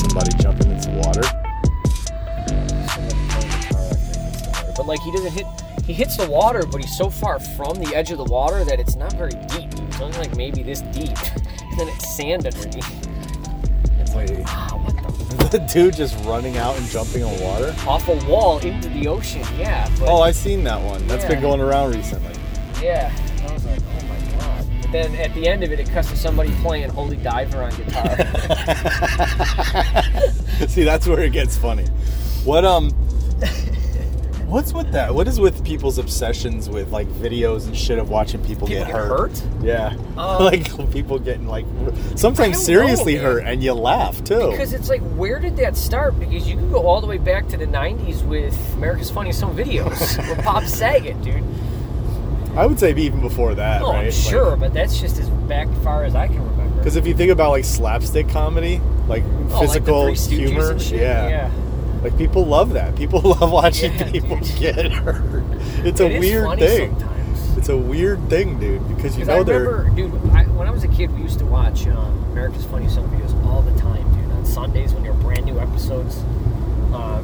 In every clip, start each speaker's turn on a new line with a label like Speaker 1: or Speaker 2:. Speaker 1: somebody jumping in some water.
Speaker 2: But like he doesn't hit he hits the water, but he's so far from the edge of the water that it's not very deep. It's only like maybe this deep. and then it's sand underneath.
Speaker 1: It's like
Speaker 2: Ah, what the
Speaker 1: the dude just running out and jumping on water.
Speaker 2: off a wall into the ocean, yeah. But
Speaker 1: Oh, I seen that one. That's been
Speaker 2: Yeah.
Speaker 1: going around recently.
Speaker 2: yeah. I was like, oh my god. But then at the end of it it cuts to somebody playing Holy Diver on guitar.
Speaker 1: See, that's where it gets funny. What um What's with that? What is with people's obsessions with like videos and shit of watching people, get
Speaker 2: People get
Speaker 1: hurt?
Speaker 2: hurt?
Speaker 1: Yeah.
Speaker 2: Um,
Speaker 1: like people getting like
Speaker 2: I
Speaker 1: sometimes
Speaker 2: don't
Speaker 1: seriously
Speaker 2: know, man.
Speaker 1: hurt and you laugh too.
Speaker 2: because it's like where did that start? Because you can go all the way back to the nineties with America's Funniest Home Videos with Bob Saget, dude.
Speaker 1: I would say even before that,
Speaker 2: Oh,
Speaker 1: right?
Speaker 2: I'm
Speaker 1: Like-
Speaker 2: sure, but that's just as back far as I can remember.
Speaker 1: Because if you think about like slapstick comedy, like
Speaker 2: Oh, like the
Speaker 1: physical
Speaker 2: Three Stooges
Speaker 1: humor,
Speaker 2: and shit?
Speaker 1: yeah. like people love that. People love watching
Speaker 2: Yeah,
Speaker 1: people
Speaker 2: dude.
Speaker 1: get hurt. It's
Speaker 2: It
Speaker 1: a
Speaker 2: is
Speaker 1: weird
Speaker 2: funny
Speaker 1: thing.
Speaker 2: Sometimes.
Speaker 1: It's a weird thing, dude. Because you
Speaker 2: 'Cause I
Speaker 1: know they're
Speaker 2: remember, dude, I, when I was a kid, we used to watch um, America's Funniest Home Videos all the time, dude. On Sundays when there were brand new episodes, um,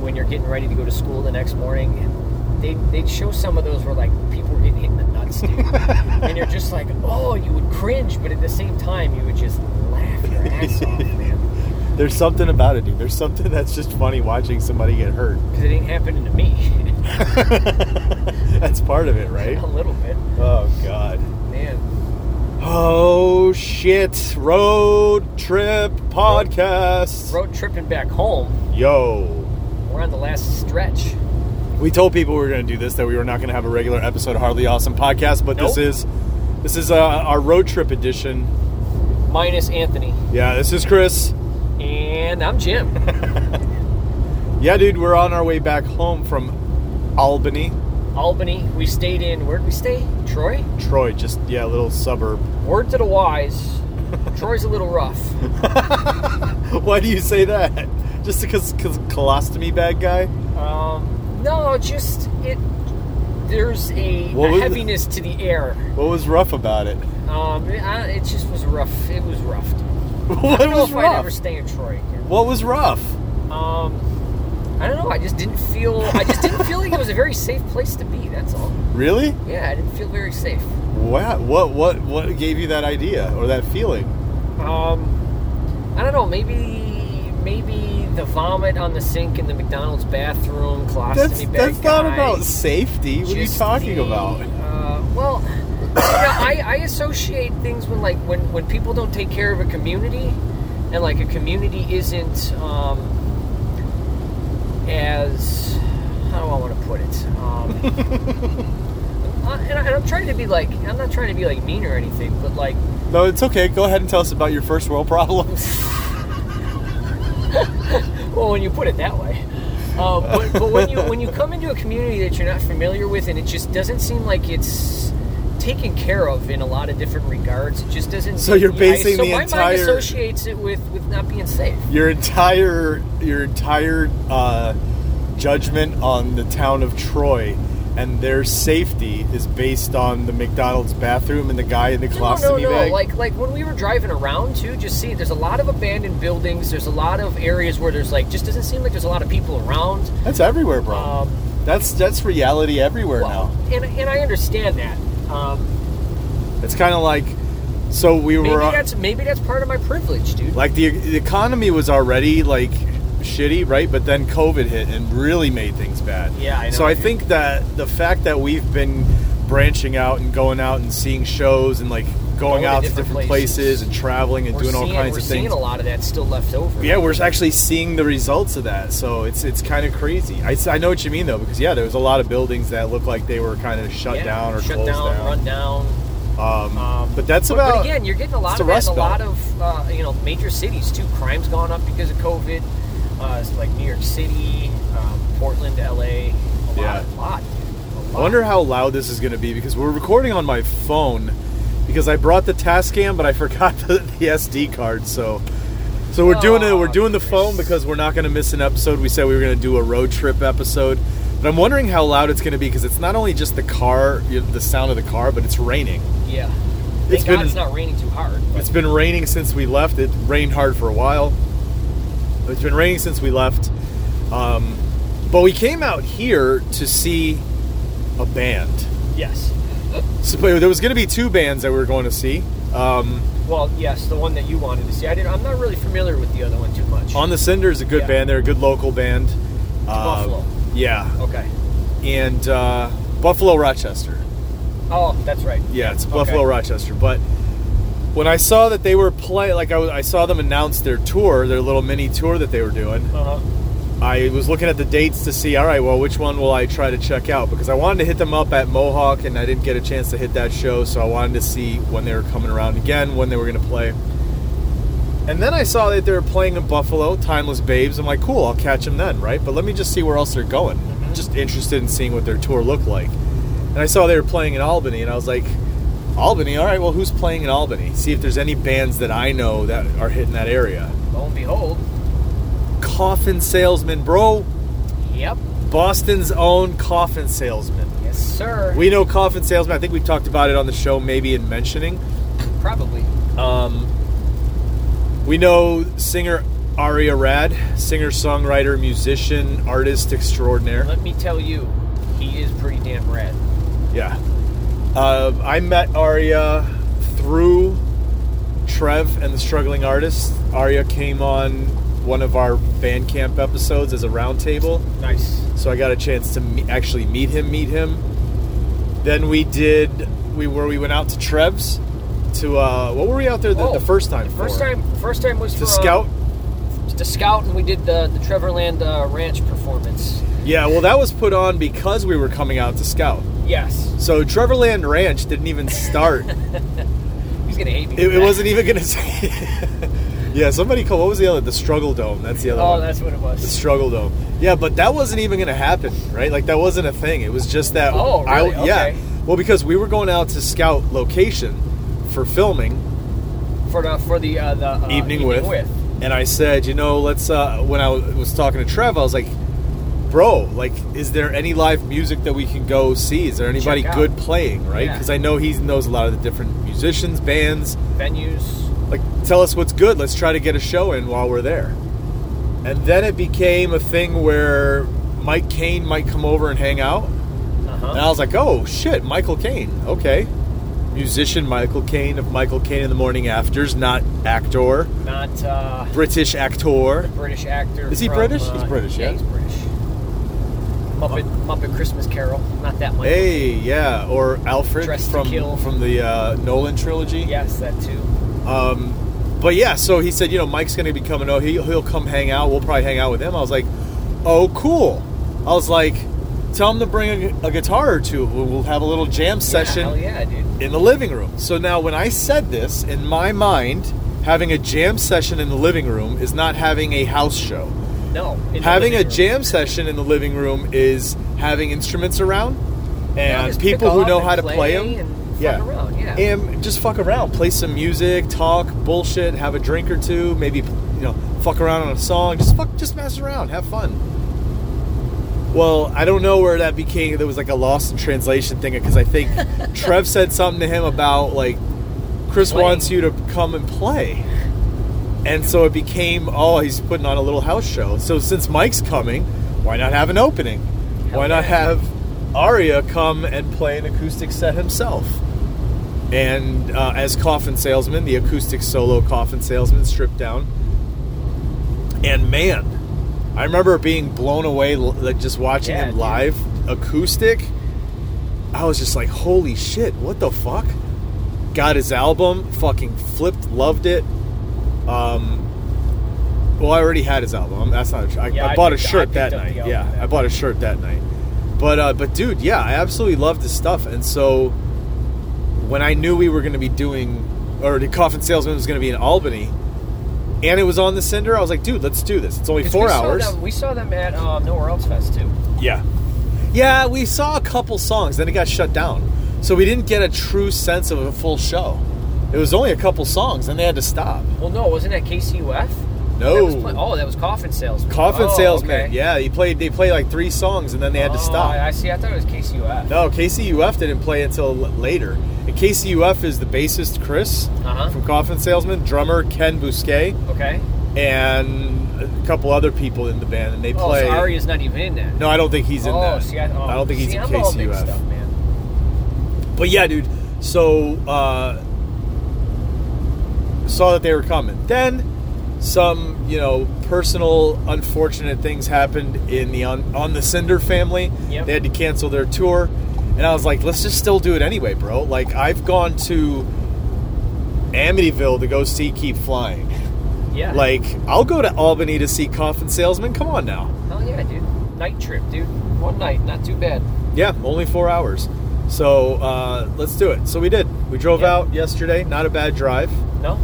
Speaker 2: when you're getting ready to go to school the next morning, and they they'd show some of those where like people were getting hit in the nuts, dude. and you're just like, oh, you would cringe, but at the same time, you would just laugh your ass off, man,
Speaker 1: there's something about it, dude. There's something that's just funny watching somebody get hurt.
Speaker 2: because it ain't happening to me.
Speaker 1: that's part of it, right?
Speaker 2: a little bit,
Speaker 1: Oh god.
Speaker 2: man.
Speaker 1: Oh shit! Road trip podcast.
Speaker 2: Road tripping back home,
Speaker 1: Yo.
Speaker 2: we're on the last stretch.
Speaker 1: We told people we were going to do this that we were not going to have a regular episode of Hardly Awesome podcast, but this
Speaker 2: Nope.
Speaker 1: is this is uh, our road trip edition.
Speaker 2: Minus Anthony.
Speaker 1: Yeah, this is Chris.
Speaker 2: And I'm Jim.
Speaker 1: Yeah, dude, we're on our way back home from Albany,
Speaker 2: Albany. We stayed in, where'd we stay? Troy?
Speaker 1: Troy. Just yeah, a little suburb.
Speaker 2: Word to the wise, Troy's a little rough.
Speaker 1: Why do you say that? Just because because colostomy bag guy?
Speaker 2: Um, no, just, it, there's a,
Speaker 1: What
Speaker 2: a
Speaker 1: was the-
Speaker 2: heaviness to the air.
Speaker 1: What was rough about it?
Speaker 2: Um, it, I, it just was rough. It was rough. dude. I
Speaker 1: what
Speaker 2: don't know
Speaker 1: was
Speaker 2: if I'd
Speaker 1: rough?
Speaker 2: ever stay in Troy again.
Speaker 1: What was rough?
Speaker 2: Um, I don't know. I just didn't feel, I just didn't feel like it was a very safe place to be. That's all.
Speaker 1: Really?
Speaker 2: Yeah, I didn't feel very safe.
Speaker 1: Wow. What what what gave you that idea or that feeling?
Speaker 2: Um, I don't know. Maybe, maybe the vomit on the sink in the McDonald's bathroom, colostomy
Speaker 1: That's
Speaker 2: bag
Speaker 1: that's not
Speaker 2: guy,
Speaker 1: about safety. What are you
Speaker 2: just
Speaker 1: talking
Speaker 2: the,
Speaker 1: about?
Speaker 2: Uh, well, you know, I, I associate things when like when when people don't take care of a community, and like a community isn't um, as how do I want to put it? Um, uh, and, I, and I'm trying to be like I'm not trying to be like mean or anything, but like
Speaker 1: No, it's okay. Go ahead and tell us about your first world problems.
Speaker 2: Well, when you put it that way. Uh, but, but when you when you come into a community that you're not familiar with, and it just doesn't seem like it's taken care of in a lot of different regards, it just doesn't.
Speaker 1: So you're
Speaker 2: I-
Speaker 1: basing
Speaker 2: so
Speaker 1: the
Speaker 2: my
Speaker 1: entire-
Speaker 2: mind associates it with with not being safe.
Speaker 1: Your entire your entire uh, judgment on the town of Troy and their safety is based on the McDonald's bathroom and the guy in the
Speaker 2: No,
Speaker 1: colostomy
Speaker 2: no, no.
Speaker 1: bag.
Speaker 2: Like like when we were driving around too, just see there's a lot of abandoned buildings. There's a lot of areas where there's like just doesn't seem like there's a lot of people around.
Speaker 1: that's everywhere, bro.
Speaker 2: Um,
Speaker 1: that's that's reality everywhere
Speaker 2: well, and and I understand that. Um,
Speaker 1: now. It's kind of like so we
Speaker 2: maybe
Speaker 1: were
Speaker 2: that's maybe that's part of my privilege, dude.
Speaker 1: like the, the economy was already like shitty, right? But then COVID hit and really made things bad.
Speaker 2: Yeah, I know,
Speaker 1: So I
Speaker 2: dude.
Speaker 1: think that the fact that we've been branching out and going out and seeing shows and like going
Speaker 2: to
Speaker 1: out to
Speaker 2: different
Speaker 1: different
Speaker 2: places.
Speaker 1: places. and traveling and
Speaker 2: we're
Speaker 1: doing all
Speaker 2: seeing-
Speaker 1: kinds
Speaker 2: we're
Speaker 1: of
Speaker 2: seeing
Speaker 1: things.
Speaker 2: a lot of that still left over.
Speaker 1: Yeah, we're actually seeing the results of that, so it's it's kind of crazy. I, s- I know what you mean though, because yeah, there was a lot of buildings that looked like they were kind of shut
Speaker 2: Yeah,
Speaker 1: down or
Speaker 2: shut
Speaker 1: closed
Speaker 2: down,
Speaker 1: down.
Speaker 2: run down.
Speaker 1: Um,
Speaker 2: Um,
Speaker 1: but that's
Speaker 2: but,
Speaker 1: about.
Speaker 2: But again, you're getting a lot
Speaker 1: it's
Speaker 2: of
Speaker 1: the
Speaker 2: that
Speaker 1: Rust
Speaker 2: in a lot
Speaker 1: Belt.
Speaker 2: of uh, you know major cities too. Crime's gone up because of COVID. Uh, it's like New York City, um, Portland, LA. A lot,
Speaker 1: Yeah.
Speaker 2: a lot, dude. A lot.
Speaker 1: I wonder how loud this is going to be because we're recording on my phone because I brought the Tascam, but I forgot the, the SD card. So, so we're doing it.
Speaker 2: Oh,
Speaker 1: We're doing the
Speaker 2: Chris.
Speaker 1: phone because we're not going to miss an episode. We said we were going to do a road trip episode, but I'm wondering how loud it's going to be because it's not only just the car, you know, the sound of the car, but it's raining.
Speaker 2: Yeah. Thank
Speaker 1: It's
Speaker 2: God
Speaker 1: been-
Speaker 2: it's not raining too hard. But
Speaker 1: It's been raining since we left. It rained hard for a while. It's been raining since we left. Um, but we came out here to see a band.
Speaker 2: yes.
Speaker 1: So but there was going to be two bands that we were going to see. Um,
Speaker 2: Well, yes, the one that you wanted to see. I didn't. I'm not really familiar with the other one too much.
Speaker 1: On the Cinder is a good
Speaker 2: Yeah.
Speaker 1: band. They're a good local band. Uh,
Speaker 2: Buffalo.
Speaker 1: Yeah,
Speaker 2: Okay.
Speaker 1: and uh, Buffalo Rochester.
Speaker 2: Oh, that's right.
Speaker 1: Yeah, it's Buffalo
Speaker 2: Okay.
Speaker 1: Rochester. But when I saw that they were play, like I, was- I saw them announce their tour, their little mini tour that they were doing.
Speaker 2: Uh huh.
Speaker 1: I was looking at the dates to see, all right, well, which one will I try to check out? Because I wanted to hit them up at Mohawk and I didn't get a chance to hit that show, so I wanted to see when they were coming around again, when they were going to play. And then I saw that they were playing in Buffalo, Timeless Babes. I'm like, cool, I'll catch them then, right? But let me just see where else they're going. Just interested in seeing what their tour looked like. And I saw they were playing in Albany, and I was like, Albany, all right, well, who's playing in Albany? See if there's any bands that I know that are hitting that area.
Speaker 2: Lo and behold.
Speaker 1: Coffin Salesman, bro.
Speaker 2: Yep.
Speaker 1: Boston's own coffin salesman.
Speaker 2: Yes, sir.
Speaker 1: We know coffin salesman. I think we've talked about it on the show, maybe in mentioning.
Speaker 2: probably.
Speaker 1: Um, we know singer Aria Rad, singer, songwriter, musician, artist extraordinaire.
Speaker 2: Let me tell you, he is pretty damn rad.
Speaker 1: Yeah. Uh, I met Aria through Trev and the Struggling Artist. Aria came on one of our Bandcamp episodes as a roundtable.
Speaker 2: Nice.
Speaker 1: so I got a chance to me- actually meet him. Meet him. Then we did we where we went out to Trev's to uh, what were we out there the,
Speaker 2: Oh,
Speaker 1: the first time?
Speaker 2: The first
Speaker 1: for?
Speaker 2: time, first time was
Speaker 1: to
Speaker 2: for, uh,
Speaker 1: scout.
Speaker 2: to scout, and we did the the Trevorland uh, Ranch performance.
Speaker 1: Yeah, well, that was put on because we were coming out to scout.
Speaker 2: Yes,
Speaker 1: So Trevorland Ranch didn't even start.
Speaker 2: he's gonna hate me.
Speaker 1: it,
Speaker 2: for
Speaker 1: it
Speaker 2: that.
Speaker 1: wasn't even gonna say. yeah, somebody called. What was the other? The Struggle Dome. That's the other one.
Speaker 2: Oh, that's what it
Speaker 1: the
Speaker 2: was.
Speaker 1: Struggle Dome. Yeah, but that wasn't even going to happen, right? Like that wasn't a thing. It was just that.
Speaker 2: Oh, really?
Speaker 1: I, yeah.
Speaker 2: Okay.
Speaker 1: Well, because we were going out to scout location for filming
Speaker 2: For the for the uh, the uh,
Speaker 1: evening, with, and I said, you know, let's. Uh, when I w- was talking to Trev, I was like, bro, like, is there any live music that we can go see? Is there anybody
Speaker 2: out.
Speaker 1: good playing, right?
Speaker 2: Yeah.
Speaker 1: Because I know he knows a lot of the different musicians, bands.
Speaker 2: venues.
Speaker 1: like tell us what's good let's try to get a show in while we're there and then it became a thing where mike kane might come over and hang out
Speaker 2: Uh
Speaker 1: and
Speaker 2: huh.
Speaker 1: i was like oh shit michael kane okay musician michael kane of michael kane in the morning afters not actor
Speaker 2: Not uh,
Speaker 1: british actor
Speaker 2: British actor.
Speaker 1: Is he
Speaker 2: from,
Speaker 1: British?
Speaker 2: uh,
Speaker 1: He's British, yeah.
Speaker 2: he's British. Muppet Muppet Christmas Carol. Not that one.
Speaker 1: hey yeah or alfred
Speaker 2: Dressed to
Speaker 1: from
Speaker 2: Kill.
Speaker 1: from the uh, nolan trilogy
Speaker 2: Yes, that too.
Speaker 1: Um, but yeah, so he said, you know, Mike's going to be coming. Oh, he, he'll come hang out. We'll probably hang out with him. I was like, oh, cool. I was like, tell him to bring a, a guitar or two. We'll we'll have a little jam session
Speaker 2: Hell yeah, dude.
Speaker 1: in the living room. So now, when I said this, in my mind, having a jam session in the living room is not having a house show.
Speaker 2: No. in the
Speaker 1: having a
Speaker 2: living room.
Speaker 1: jam session in the living room is having instruments around
Speaker 2: Yeah,
Speaker 1: and
Speaker 2: just pick
Speaker 1: people who
Speaker 2: up
Speaker 1: know
Speaker 2: and
Speaker 1: how to
Speaker 2: play
Speaker 1: play them
Speaker 2: and fuck
Speaker 1: yeah.
Speaker 2: around, yeah.
Speaker 1: And just fuck around, play some music, talk bullshit, have a drink or two, maybe you know, fuck around on a song, just fuck, just mess around, have fun. Well, I don't know where that became. There was like a lost in translation thing because I think Trev said something to him about like Chris
Speaker 2: Playing.
Speaker 1: wants you to come and play, and so it became oh he's putting on a little house show. So since Mike's coming, why not have an opening? Why not
Speaker 2: yeah.
Speaker 1: have Aria come and play an acoustic set himself? And uh, as coffin salesman, the acoustic solo coffin salesman stripped down. And man, I remember being blown away, l- like just watching
Speaker 2: Yeah,
Speaker 1: him
Speaker 2: dude.
Speaker 1: live acoustic. I was just like, holy shit, what the fuck? got his album, fucking flipped, loved it. Um, well, I already had his album. That's not. A, I,
Speaker 2: Yeah,
Speaker 1: I
Speaker 2: I
Speaker 1: bought
Speaker 2: picked-
Speaker 1: a
Speaker 2: I
Speaker 1: shirt
Speaker 2: picked
Speaker 1: that
Speaker 2: up the
Speaker 1: night.
Speaker 2: album
Speaker 1: Yeah,
Speaker 2: that
Speaker 1: I bought a shirt that night. But uh, but dude, yeah, I absolutely loved his stuff. And so when I knew we were going to be doing, or the Coffin Salesman was going to be in Albany, and it was on the Cinder, I was like, dude, let's do this. It's only
Speaker 2: 'Cause
Speaker 1: four
Speaker 2: we
Speaker 1: hours.
Speaker 2: Saw them, we saw them at um, Nowhere Else Fest too.
Speaker 1: Yeah. Yeah, we saw a couple songs, then it got shut down. So we didn't get a true sense of a full show. It was only a couple songs, and they had to stop.
Speaker 2: Well, no, wasn't that KCUF?
Speaker 1: No.
Speaker 2: That was pla- oh, that was Coffin Salesman.
Speaker 1: Coffin
Speaker 2: oh,
Speaker 1: Salesman.
Speaker 2: okay.
Speaker 1: Yeah, he played. They played like three songs, and then they had to
Speaker 2: Oh,
Speaker 1: stop.
Speaker 2: I, I see. I thought it was KCUF.
Speaker 1: No, KCUF didn't play until l- later. And KCUF is the bassist Chris
Speaker 2: Uh-huh.
Speaker 1: from Coffin Salesman, drummer Ken Bousquet,
Speaker 2: Okay.
Speaker 1: and a couple other people in the band, and they
Speaker 2: Oh,
Speaker 1: play.
Speaker 2: so Aria's not even in that.
Speaker 1: no, I don't think he's in
Speaker 2: oh,
Speaker 1: that.
Speaker 2: See, I, oh,
Speaker 1: I don't think he's
Speaker 2: see,
Speaker 1: in
Speaker 2: I'm
Speaker 1: KCUF.
Speaker 2: all mixed up, man.
Speaker 1: But yeah, dude. So uh, saw that they were coming. Then some, you know, personal unfortunate things happened in the on, on the Cinder family.
Speaker 2: Yep.
Speaker 1: They had to cancel their tour, and I was like, let's just still do it anyway, bro. Like I've gone to Amityville to go see Keep Flying.
Speaker 2: Yeah.
Speaker 1: Like I'll go to Albany to see Coffin Salesman. Come on now.
Speaker 2: Hell Oh, yeah, dude. Night trip, dude. One night, not too bad.
Speaker 1: Yeah, only four hours. So uh, let's do it. So we did. We drove
Speaker 2: Yeah.
Speaker 1: out yesterday. Not a bad drive.
Speaker 2: No.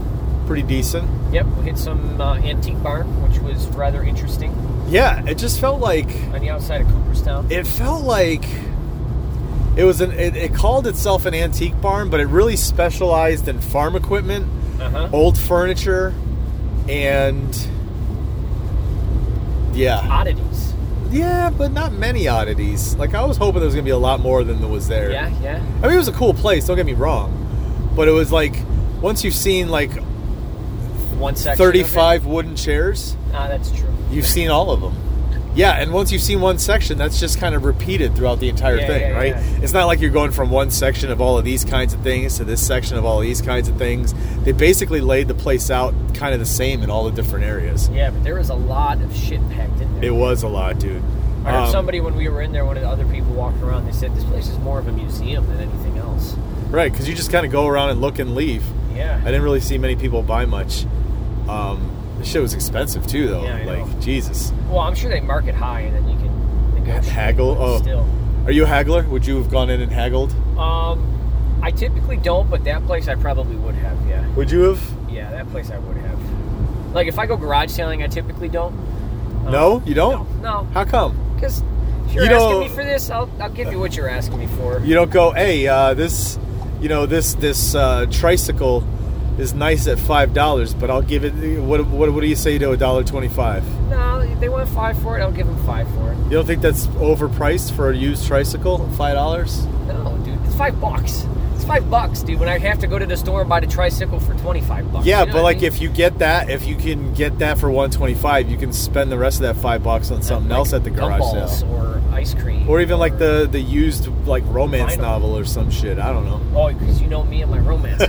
Speaker 1: Pretty decent.
Speaker 2: Yep. We hit some uh, antique barn, which was rather interesting
Speaker 1: Yeah, it just felt like
Speaker 2: on the outside of Cooperstown.
Speaker 1: it felt like it was an. It, it called itself an antique barn, but it really specialized in farm equipment,
Speaker 2: Uh huh.
Speaker 1: old furniture, and yeah,
Speaker 2: Oddities.
Speaker 1: yeah, but not many oddities. Like I was hoping there was gonna be a lot more than there was there.
Speaker 2: Yeah, yeah.
Speaker 1: I mean, it was a cool place. Don't get me wrong, but it was like once you've seen like
Speaker 2: One section. of it.
Speaker 1: thirty-five wooden chairs,
Speaker 2: Ah, that's true.
Speaker 1: You've seen all of them. Yeah, and once you've seen one section, that's just kind of repeated throughout the entire
Speaker 2: Yeah,
Speaker 1: thing,
Speaker 2: yeah,
Speaker 1: right?
Speaker 2: yeah.
Speaker 1: It's not like you're going from one section of all of these kinds of things to this section of all these kinds of things. They basically laid the place out kind of the same in all the different areas.
Speaker 2: Yeah, but there was a lot of shit packed in there.
Speaker 1: It was a lot, dude.
Speaker 2: I heard
Speaker 1: Um,
Speaker 2: somebody when we were in there, one of the other people walking around, they said this place is more of a museum than anything else.
Speaker 1: Right, because you just kind of go around and look and leave.
Speaker 2: Yeah.
Speaker 1: I didn't really see many people buy much. Um, this shit was expensive, too, though.
Speaker 2: Yeah, I know.
Speaker 1: like, Jesus.
Speaker 2: Well, I'm sure they mark it high and then you can negotiate.
Speaker 1: Haggle?
Speaker 2: but
Speaker 1: Oh.
Speaker 2: Still.
Speaker 1: Are you a haggler? Would you have gone in and haggled?
Speaker 2: Um, I typically don't, but that place I probably would have, yeah.
Speaker 1: Would you have?
Speaker 2: Yeah, that place I would have. Like, if I go garage selling, I typically don't. Um,
Speaker 1: no? You don't?
Speaker 2: No.
Speaker 1: How come?
Speaker 2: Because if you're
Speaker 1: You
Speaker 2: asking
Speaker 1: know-
Speaker 2: me for this, I'll, I'll give you what you're asking me for.
Speaker 1: You don't go, hey, uh, this, you know, this this uh, tricycle is nice at five dollars, but I'll give it. What, what what do you say to a dollar twenty-five?
Speaker 2: No, they want five for it, I'll give them five for it.
Speaker 1: You don't think that's overpriced for a used tricycle? Five dollars?
Speaker 2: No, dude, it's five bucks. It's five bucks, dude. When I have to go to the store and buy the tricycle for twenty-five bucks.
Speaker 1: Yeah,
Speaker 2: You know
Speaker 1: but
Speaker 2: what I
Speaker 1: like
Speaker 2: mean?
Speaker 1: if you get that, if you can get that for one twenty-five, you can spend the rest of that five bucks on something
Speaker 2: Like
Speaker 1: else at the garage
Speaker 2: gumballs
Speaker 1: sale,
Speaker 2: or ice cream,
Speaker 1: or even like the the used like romance
Speaker 2: Vinyl.
Speaker 1: novel or some shit. I don't know.
Speaker 2: oh, because you know me and my romance.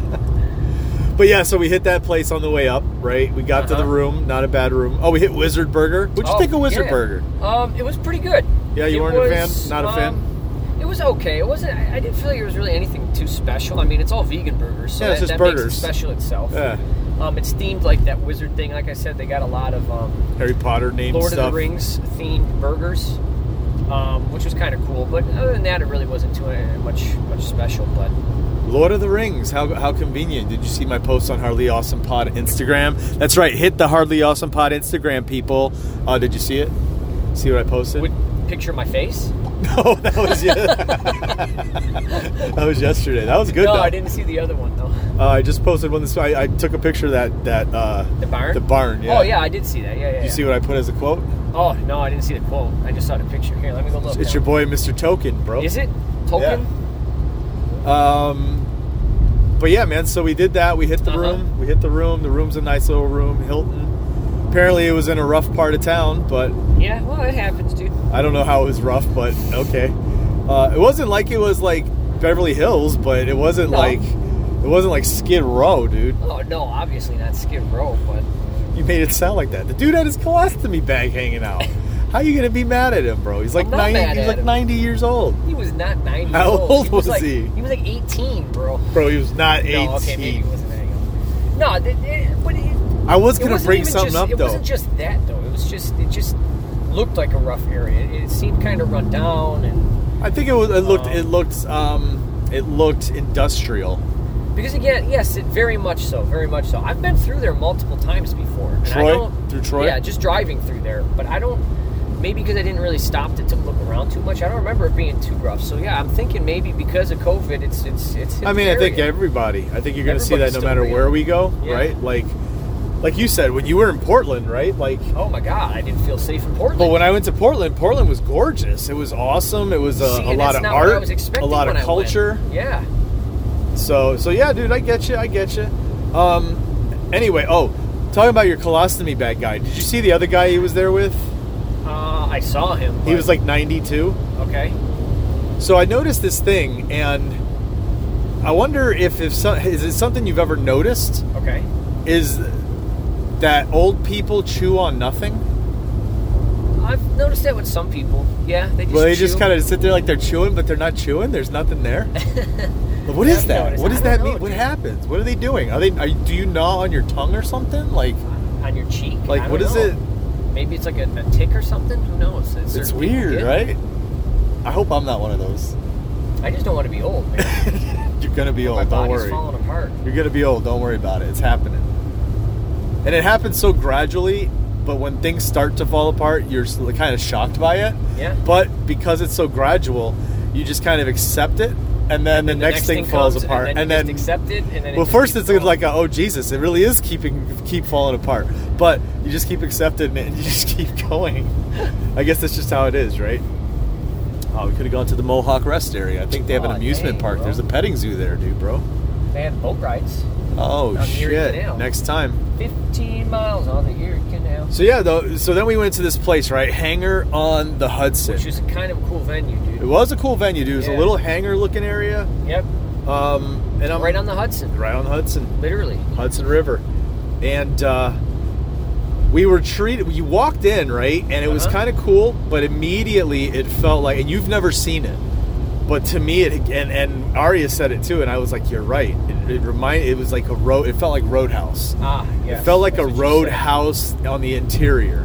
Speaker 1: But yeah, so we hit that place on the way up, right? We got to
Speaker 2: Uh-huh.
Speaker 1: the room, not a bad room. Oh, we hit Wizard Burger. What'd you
Speaker 2: Oh,
Speaker 1: think of Wizard
Speaker 2: yeah.
Speaker 1: Burger?
Speaker 2: Um, it was pretty good.
Speaker 1: Yeah, you
Speaker 2: It
Speaker 1: weren't a fan?
Speaker 2: was,
Speaker 1: Not a fan?
Speaker 2: um, It was okay. It wasn't. I I didn't feel like it was really anything too special. I mean, it's all vegan burgers, so
Speaker 1: Yeah, it's
Speaker 2: that,
Speaker 1: just
Speaker 2: that makes
Speaker 1: burgers.
Speaker 2: it special itself.
Speaker 1: Yeah.
Speaker 2: Um, it's themed like that wizard thing. Like I said, they got a lot of um,
Speaker 1: Harry Potter named
Speaker 2: Lord
Speaker 1: stuff.
Speaker 2: of the Rings themed burgers, um, which was kind of cool. But other than that, it really wasn't too uh, much much special. But
Speaker 1: Lord of the Rings. How, how convenient. Did you see my post on Hardly Awesome Pod Instagram? That's right. Hit the Hardly Awesome Pod Instagram, people. Uh, did you see it? See what I posted?
Speaker 2: would picture my face?
Speaker 1: no, that was yeah. that was yesterday. That was good.
Speaker 2: no,
Speaker 1: though.
Speaker 2: I didn't see the other one though.
Speaker 1: Uh, I just posted one. This I, I took a picture of that that uh,
Speaker 2: The barn.
Speaker 1: the barn. Yeah.
Speaker 2: Oh yeah, I did see that. Yeah, yeah.
Speaker 1: Did you
Speaker 2: yeah.
Speaker 1: see what I put as a quote?
Speaker 2: Oh no, I didn't see the quote. I just saw the picture. Here, let me go look.
Speaker 1: It's
Speaker 2: now.
Speaker 1: your boy, Mr. Token, bro.
Speaker 2: Is it Tolkien?
Speaker 1: Um, but yeah, man. So we did that. We hit the
Speaker 2: Uh-huh.
Speaker 1: room. We hit the room. The room's a nice little room. Hilton. Apparently, it was in a rough part of town, but
Speaker 2: Yeah. Well, it happens, dude.
Speaker 1: I don't know how it was rough. But okay, uh, it wasn't like it was like Beverly Hills, but it wasn't
Speaker 2: No.
Speaker 1: like it wasn't like Skid Row, dude.
Speaker 2: Oh no, obviously not Skid Row, but
Speaker 1: You made it sound like that. The dude had his colostomy bag hanging out. How you gonna be mad at him, bro? He's like
Speaker 2: I'm not mad
Speaker 1: ninety. He's
Speaker 2: at
Speaker 1: like
Speaker 2: him.
Speaker 1: ninety years old,
Speaker 2: He was not 90.
Speaker 1: How
Speaker 2: years
Speaker 1: old
Speaker 2: He was,
Speaker 1: was
Speaker 2: like,
Speaker 1: he?
Speaker 2: was like 18, bro.
Speaker 1: bro. He was not eighteen.
Speaker 2: No, okay, maybe he wasn't that young. No, th- it- but it,
Speaker 1: I was
Speaker 2: It
Speaker 1: gonna
Speaker 2: wasn't
Speaker 1: bring
Speaker 2: even
Speaker 1: something
Speaker 2: just-
Speaker 1: up
Speaker 2: It
Speaker 1: though.
Speaker 2: wasn't just that though. It was just it just looked like a rough area. It, it seemed kind of run down and
Speaker 1: I think it was. It looked.
Speaker 2: Um,
Speaker 1: it looked. Um, it looked industrial.
Speaker 2: because again, yes, it very much so, very much so. I've been through there multiple times before. And
Speaker 1: Troy?
Speaker 2: I don't,
Speaker 1: Through Troy?
Speaker 2: Yeah, just driving through there, but I don't. Maybe because I didn't really stop to, to look around too much. I don't remember it being too rough. So yeah, I'm thinking maybe because of COVID, it's it's it's. hit
Speaker 1: I mean,
Speaker 2: the
Speaker 1: I think
Speaker 2: area.
Speaker 1: everybody. I think you're gonna see that
Speaker 2: Everybody's
Speaker 1: no
Speaker 2: still
Speaker 1: matter
Speaker 2: real.
Speaker 1: where we go,
Speaker 2: Yeah.
Speaker 1: right? Like, like you said when you were in Portland, right? Like.
Speaker 2: Oh my God, I didn't feel safe in Portland.
Speaker 1: But when I went to Portland, Portland was gorgeous. It was awesome. It was a,
Speaker 2: See,
Speaker 1: a
Speaker 2: and
Speaker 1: lot
Speaker 2: that's
Speaker 1: of
Speaker 2: not what I
Speaker 1: art,
Speaker 2: was
Speaker 1: a
Speaker 2: expecting
Speaker 1: lot
Speaker 2: when
Speaker 1: of
Speaker 2: I went.
Speaker 1: culture.
Speaker 2: Yeah.
Speaker 1: So, so yeah, dude, I get you. I get you. Um, anyway, oh, talking about your colostomy bag guy. Did you see the other guy he was there with?
Speaker 2: Uh, I saw him.
Speaker 1: He
Speaker 2: but-
Speaker 1: was like 92.
Speaker 2: okay.
Speaker 1: So I noticed this thing, and I wonder if if some, is it something you've ever noticed?
Speaker 2: Okay.
Speaker 1: Is that old people chew on nothing?
Speaker 2: I've noticed that with some people. Yeah, they just.
Speaker 1: Well, they
Speaker 2: chew.
Speaker 1: just kind of sit there like they're chewing, but they're not chewing. There's nothing there. But what
Speaker 2: Yeah,
Speaker 1: is
Speaker 2: I've
Speaker 1: that?
Speaker 2: noticed.
Speaker 1: What does
Speaker 2: I don't
Speaker 1: that
Speaker 2: know,
Speaker 1: mean? What
Speaker 2: dude.
Speaker 1: happens? What are they doing? Are they? Are, you- do you gnaw on your tongue or something? Like,
Speaker 2: on your cheek.
Speaker 1: Like,
Speaker 2: I don't
Speaker 1: what is
Speaker 2: know.
Speaker 1: it?
Speaker 2: Maybe it's like a, a tick or something. Who knows?
Speaker 1: it's
Speaker 2: certain people
Speaker 1: weird,
Speaker 2: get.
Speaker 1: right? I hope I'm not one of those.
Speaker 2: I just don't want to be old. Man.
Speaker 1: You're gonna be
Speaker 2: My
Speaker 1: old. Don't
Speaker 2: body's
Speaker 1: worry.
Speaker 2: falling apart.
Speaker 1: You're gonna be old. Don't worry about it. It's happening. And it happens so gradually, but when things start to fall apart, you're kind of shocked by it.
Speaker 2: Yeah.
Speaker 1: But because it's so gradual, you just kind of accept it, and then the, next, thing, falls
Speaker 2: comes,
Speaker 1: apart,
Speaker 2: and then, you just accept it, and then. it
Speaker 1: well,
Speaker 2: just
Speaker 1: first
Speaker 2: keeps
Speaker 1: it's like-
Speaker 2: going.
Speaker 1: like, a, oh Jesus, it really is keeping keep falling apart, but you just keep accepting it and you just keep going. I guess that's just how it is, right? Oh, we could have gone to the Mohawk Rest area. I think they have an
Speaker 2: Aw,
Speaker 1: amusement
Speaker 2: dang,
Speaker 1: park.
Speaker 2: bro.
Speaker 1: There's a petting zoo there, dude, bro.
Speaker 2: they had boat rides,
Speaker 1: Oh
Speaker 2: Down the Erie
Speaker 1: shit!
Speaker 2: Canal.
Speaker 1: Next time.
Speaker 2: 15 miles on the Erie Canal,
Speaker 1: So yeah, though. So then we went to this place, right? Hangar on the Hudson.
Speaker 2: which is a kind of a cool venue,
Speaker 1: it
Speaker 2: dude.
Speaker 1: was a cool venue, dude. It was a
Speaker 2: Yeah.
Speaker 1: little hangar-looking area.
Speaker 2: Yep,
Speaker 1: Um, and I'm
Speaker 2: right on the Hudson,
Speaker 1: right on the Hudson.
Speaker 2: literally.
Speaker 1: Hudson River, and uh, we were treated. You walked in right, and it was
Speaker 2: Uh-huh.
Speaker 1: kind of cool, but immediately it felt like, and you've never seen it, but to me, it and and Aria said it too, and I was like, you're right. It, it remind. It was like a road. It felt like Roadhouse.
Speaker 2: Ah, yeah.
Speaker 1: It felt like a roadhouse on the interior.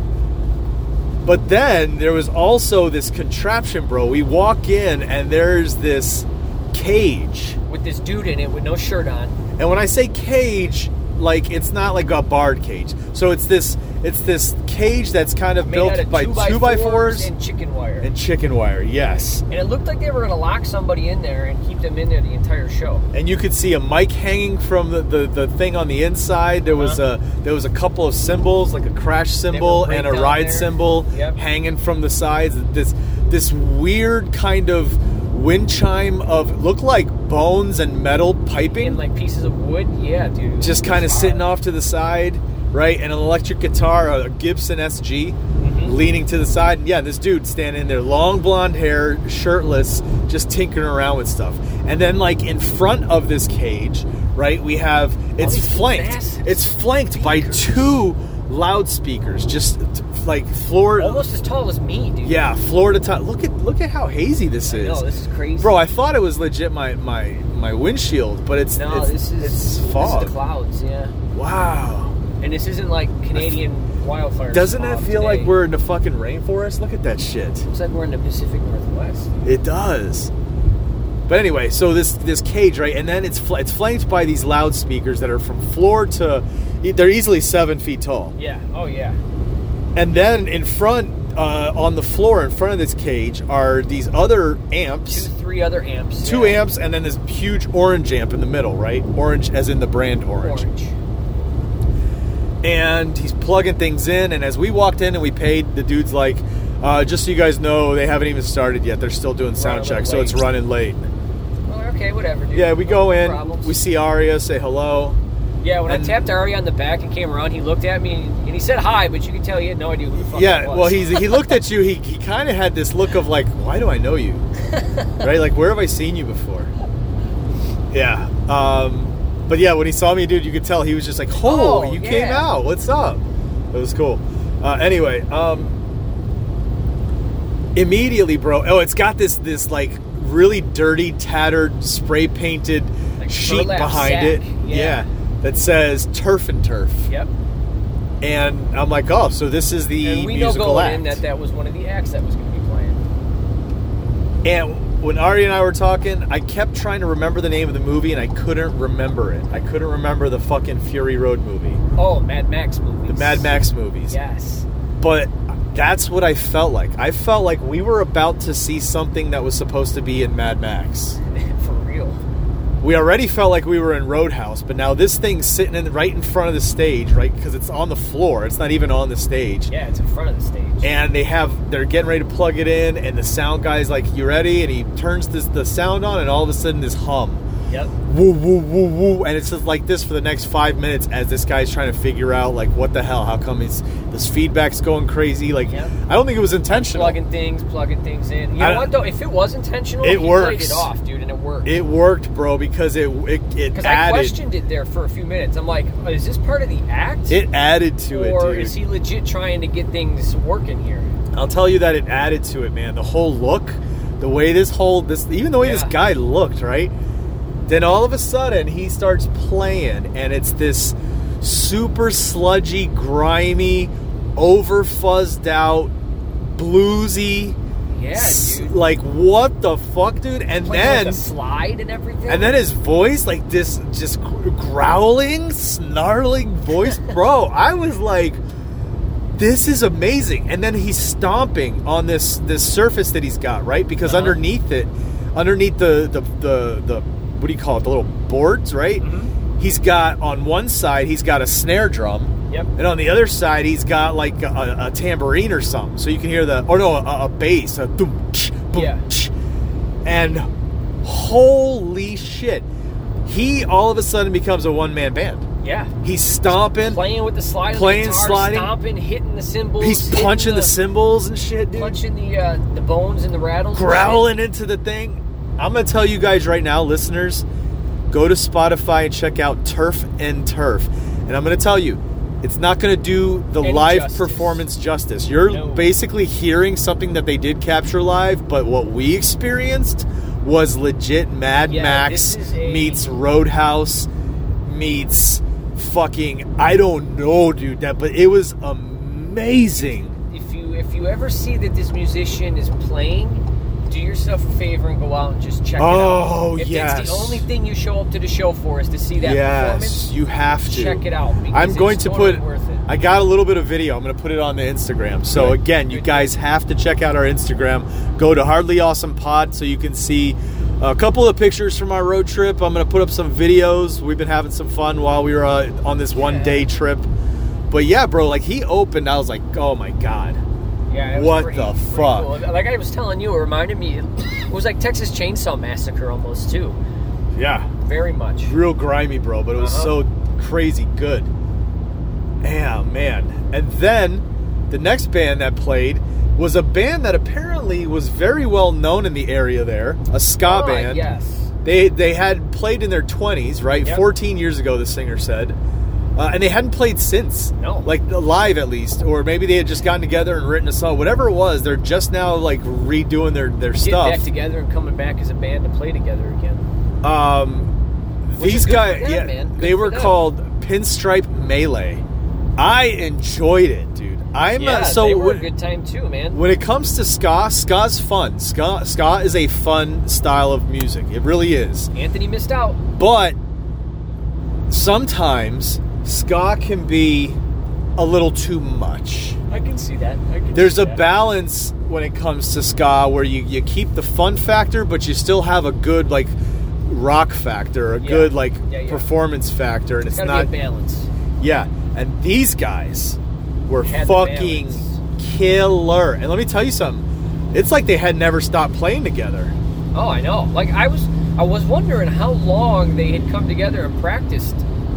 Speaker 1: But then there was also this contraption, bro. We walk in and there's this cage.
Speaker 2: with this dude in it with no shirt on.
Speaker 1: And when I say cage, like it's not like a barred cage. So it's this it's this cage that's kind of
Speaker 2: Made
Speaker 1: built
Speaker 2: out of
Speaker 1: by
Speaker 2: two
Speaker 1: by
Speaker 2: by, fours
Speaker 1: fours
Speaker 2: and chicken wire.
Speaker 1: and chicken wire. Yes.
Speaker 2: And it looked like they were going to lock somebody in there and keep them in there the entire show.
Speaker 1: And you could see a mic hanging from the, the, the thing on the inside. There was
Speaker 2: Uh-huh.
Speaker 1: a there was a couple of symbols, like a crash symbol
Speaker 2: right
Speaker 1: and a
Speaker 2: down
Speaker 1: ride
Speaker 2: there.
Speaker 1: symbol
Speaker 2: Yep.
Speaker 1: hanging from the sides. This this weird kind of wind chime of look like bones and metal piping.
Speaker 2: In like pieces of wood. Yeah, dude.
Speaker 1: just kind of sitting off to the side, right? And an electric guitar, a Gibson SG,
Speaker 2: Mm-hmm.
Speaker 1: leaning to the side. And yeah, this dude standing there, long blonde hair, shirtless, just tinkering around with stuff. And then, like, in front of this cage, right, we have it's
Speaker 2: these
Speaker 1: flanked.
Speaker 2: Oh, massive
Speaker 1: It's flanked by
Speaker 2: speakers.
Speaker 1: two loudspeakers, just like floor.
Speaker 2: Almost as tall as me, dude.
Speaker 1: Yeah, floor to top. Look at look at how hazy this is.
Speaker 2: No, this is crazy.
Speaker 1: Bro, I thought it was legit my my my windshield, but it's
Speaker 2: no,
Speaker 1: it's,
Speaker 2: this is
Speaker 1: it's
Speaker 2: This
Speaker 1: fog.
Speaker 2: is the clouds, yeah.
Speaker 1: wow.
Speaker 2: And this isn't like Canadian wildfire.
Speaker 1: Doesn't that feel like we're in the fucking rainforest? Look at that shit.
Speaker 2: Looks like we're in the Pacific Northwest.
Speaker 1: It does. But anyway, so this this cage, right, and then it's fl- it's flanked by these loudspeakers that are from floor to, e, they're easily seven feet tall.
Speaker 2: Yeah. Oh yeah.
Speaker 1: And then in front, uh, on the floor in front of this cage, are these other
Speaker 2: Two,
Speaker 1: amps,
Speaker 2: three other amps.
Speaker 1: two
Speaker 2: yeah.
Speaker 1: amps, and then this huge orange amp in the middle, right? Orange, as in the brand orange.
Speaker 2: Orange.
Speaker 1: and he's plugging things in. And as we walked in and we paid, the dude's like, uh, "Just so you guys know, they haven't even started yet. They're still doing sound check,
Speaker 2: Running
Speaker 1: so it's
Speaker 2: late."
Speaker 1: running late."
Speaker 2: Well, okay, whatever, dude.
Speaker 1: Yeah, we
Speaker 2: No
Speaker 1: go in,
Speaker 2: problems.
Speaker 1: we see Aria, say hello.
Speaker 2: Yeah, when
Speaker 1: and-
Speaker 2: I tapped Ari on the back and came around, he looked at me and he said hi, but you could tell he had no idea who the fuck.
Speaker 1: yeah,
Speaker 2: I was.
Speaker 1: well, he's, he looked at you. He, he kind of had this look of like, "Why do I know you?" right? Like, where have I seen you before? Yeah. Um, but yeah, when he saw me, dude, you could tell he was just like, "Oh,
Speaker 2: Oh,
Speaker 1: you came
Speaker 2: yeah.
Speaker 1: out. What's up?" It was cool. Uh, anyway, um, immediately, bro. Oh, it's got this this like really dirty, tattered, spray painted
Speaker 2: Like
Speaker 1: sheet
Speaker 2: burlap
Speaker 1: behind
Speaker 2: sack,
Speaker 1: it.
Speaker 2: yeah.
Speaker 1: that says turf and turf.
Speaker 2: Yep.
Speaker 1: And I'm like, oh, so this is the
Speaker 2: And we know
Speaker 1: musical
Speaker 2: going
Speaker 1: act.
Speaker 2: in that that was one of the acts that was going to be playing.
Speaker 1: And when Ari and I were talking, I kept trying to remember the name of the movie, and I couldn't remember it. I couldn't remember the fucking Fury Road movie,
Speaker 2: Oh, Mad Max movies.
Speaker 1: the Mad Max movies.
Speaker 2: Yes.
Speaker 1: But that's what I felt like. I felt like we were about to see something that was supposed to be in Mad Max.
Speaker 2: For real.
Speaker 1: We already felt like we were in Roadhouse, but now this thing's sitting in, right in front of the stage, right? Because it's on the floor. It's not even on the stage.
Speaker 2: Yeah, it's in front of the stage.
Speaker 1: and they have they're getting ready to plug it in and the sound guy's like you ready and he turns this the sound on and all of a sudden this hum
Speaker 2: yep.
Speaker 1: woo woo woo woo and it's just like this for the next five minutes as this guy's trying to figure out like what the hell how come he's this feedback's going crazy like
Speaker 2: Yep.
Speaker 1: i don't think it was intentional
Speaker 2: Plugging things, plugging things in. You
Speaker 1: I
Speaker 2: know
Speaker 1: don't-
Speaker 2: what though? If it was intentional,
Speaker 1: It
Speaker 2: he played
Speaker 1: works.
Speaker 2: it off, dude, and it worked.
Speaker 1: it worked bro because it it, it
Speaker 2: Because I
Speaker 1: added
Speaker 2: questioned it there for a few minutes. I'm like, is this part of the act?
Speaker 1: it added to it
Speaker 2: or
Speaker 1: dude.
Speaker 2: is he legit trying to get things working here?
Speaker 1: I'll tell you that it added to it, man. The whole look, the way this whole this even the way this
Speaker 2: Yeah.
Speaker 1: guy looked, right? Then all of a sudden he starts playing and it's this super sludgy, grimy, over fuzzed out, bluesy
Speaker 2: Yeah,
Speaker 1: s-
Speaker 2: dude.
Speaker 1: like what the fuck, dude? And
Speaker 2: Playing
Speaker 1: then
Speaker 2: with the slide and everything.
Speaker 1: and then his voice, like this, just gr- growling, snarling voice, bro. I was like, "This is amazing!" And then he's stomping on this this surface that he's got, right? Because
Speaker 2: Uh-huh.
Speaker 1: underneath it, underneath the the the the what do you call it? The little boards, right?
Speaker 2: Mm-hmm.
Speaker 1: He's got on one side, he's got a snare drum,
Speaker 2: Yep.
Speaker 1: and on the other side, he's got like a, a tambourine or something, so you can hear the or no, a, a bass, a boom, tch, boom,
Speaker 2: Yeah.
Speaker 1: tch. and holy shit, he all of a sudden becomes a one man band.
Speaker 2: Yeah.
Speaker 1: He's stomping,
Speaker 2: Playing with the slide, on
Speaker 1: Playing,
Speaker 2: the guitar,
Speaker 1: sliding.
Speaker 2: stomping, hitting the cymbals.
Speaker 1: he's
Speaker 2: hitting
Speaker 1: punching the, cymbals and shit, dude,
Speaker 2: punching the uh, the bones and the rattles, and shit.
Speaker 1: growling into the thing. I'm gonna tell you guys right now, listeners, go to Spotify and check out Turf and Turf, and I'm gonna tell you. It's not going to do the
Speaker 2: Any
Speaker 1: live
Speaker 2: justice.
Speaker 1: performance justice. You're
Speaker 2: No.
Speaker 1: basically hearing something that they did capture live, but what we experienced was legit Mad
Speaker 2: Yeah,
Speaker 1: Max
Speaker 2: this is a-
Speaker 1: meets Roadhouse meets fucking I don't know, dude. That but it was amazing.
Speaker 2: If you if you ever see that this musician is playing. Do yourself a favor and go out and just check
Speaker 1: Oh,
Speaker 2: it out. If it's
Speaker 1: yes.
Speaker 2: the only thing you show up to the show for is to see that
Speaker 1: yes, you have to
Speaker 2: Check it out, because
Speaker 1: I'm going
Speaker 2: it's
Speaker 1: to
Speaker 2: totally
Speaker 1: put.
Speaker 2: worth it.
Speaker 1: I got a little bit of video. I'm going to put it on the Instagram. So
Speaker 2: Good.
Speaker 1: again, you
Speaker 2: Good,
Speaker 1: guys have to check out our Instagram. Go to Hardly Awesome Pod so you can see a couple of pictures from our road trip. I'm going to put up some videos. We've been having some fun while we were uh, on this one day trip. But yeah, bro, like he opened, I was like, oh my god.
Speaker 2: performance. Yeah, it was
Speaker 1: What
Speaker 2: pretty-
Speaker 1: the
Speaker 2: pretty
Speaker 1: fuck?
Speaker 2: cool. Like I was telling you, it reminded me. It was like Texas Chainsaw Massacre almost too.
Speaker 1: Yeah.
Speaker 2: Very much.
Speaker 1: real grimy, bro, but it was
Speaker 2: Uh-huh.
Speaker 1: so crazy good. Yeah, man. And then the next band that played was a band that apparently was very well known in the area there, a ska
Speaker 2: Ah,
Speaker 1: band.
Speaker 2: Yes.
Speaker 1: They they had played in their 20s, right?
Speaker 2: Yep.
Speaker 1: 14 years ago the singer said. Uh, and they hadn't played since.
Speaker 2: No.
Speaker 1: Like live at least, or maybe they had just gotten together and written a song. Whatever it was, they're just now like redoing their their
Speaker 2: Getting
Speaker 1: stuff.
Speaker 2: back together and coming back as a band to play together again.
Speaker 1: Um,
Speaker 2: Which
Speaker 1: these
Speaker 2: is good
Speaker 1: guys,
Speaker 2: for them,
Speaker 1: yeah,
Speaker 2: man. Good
Speaker 1: they
Speaker 2: for
Speaker 1: were
Speaker 2: them.
Speaker 1: called Pinstripe Melee. I enjoyed it, dude. I'm
Speaker 2: yeah,
Speaker 1: not so.
Speaker 2: they were
Speaker 1: when,
Speaker 2: a good time too, man.
Speaker 1: when it comes to ska, ska's fun. Ska, ska is a fun style of music. It really is.
Speaker 2: Anthony missed out.
Speaker 1: But sometimes ska can be a little too much.
Speaker 2: I can see that. I can
Speaker 1: There's
Speaker 2: see
Speaker 1: a
Speaker 2: that.
Speaker 1: balance when it comes to ska where you, you keep the fun factor, but you still have a good like rock factor, a
Speaker 2: Yeah.
Speaker 1: good like
Speaker 2: Yeah, yeah.
Speaker 1: performance factor, and
Speaker 2: It's
Speaker 1: it's,
Speaker 2: gotta
Speaker 1: not
Speaker 2: be a balance.
Speaker 1: yeah. And these guys were
Speaker 2: Had the
Speaker 1: fucking
Speaker 2: balance.
Speaker 1: killer. And let me tell you something, it's like they had never stopped playing together.
Speaker 2: Oh, I know. Like I was, I was wondering how long they had come together and practiced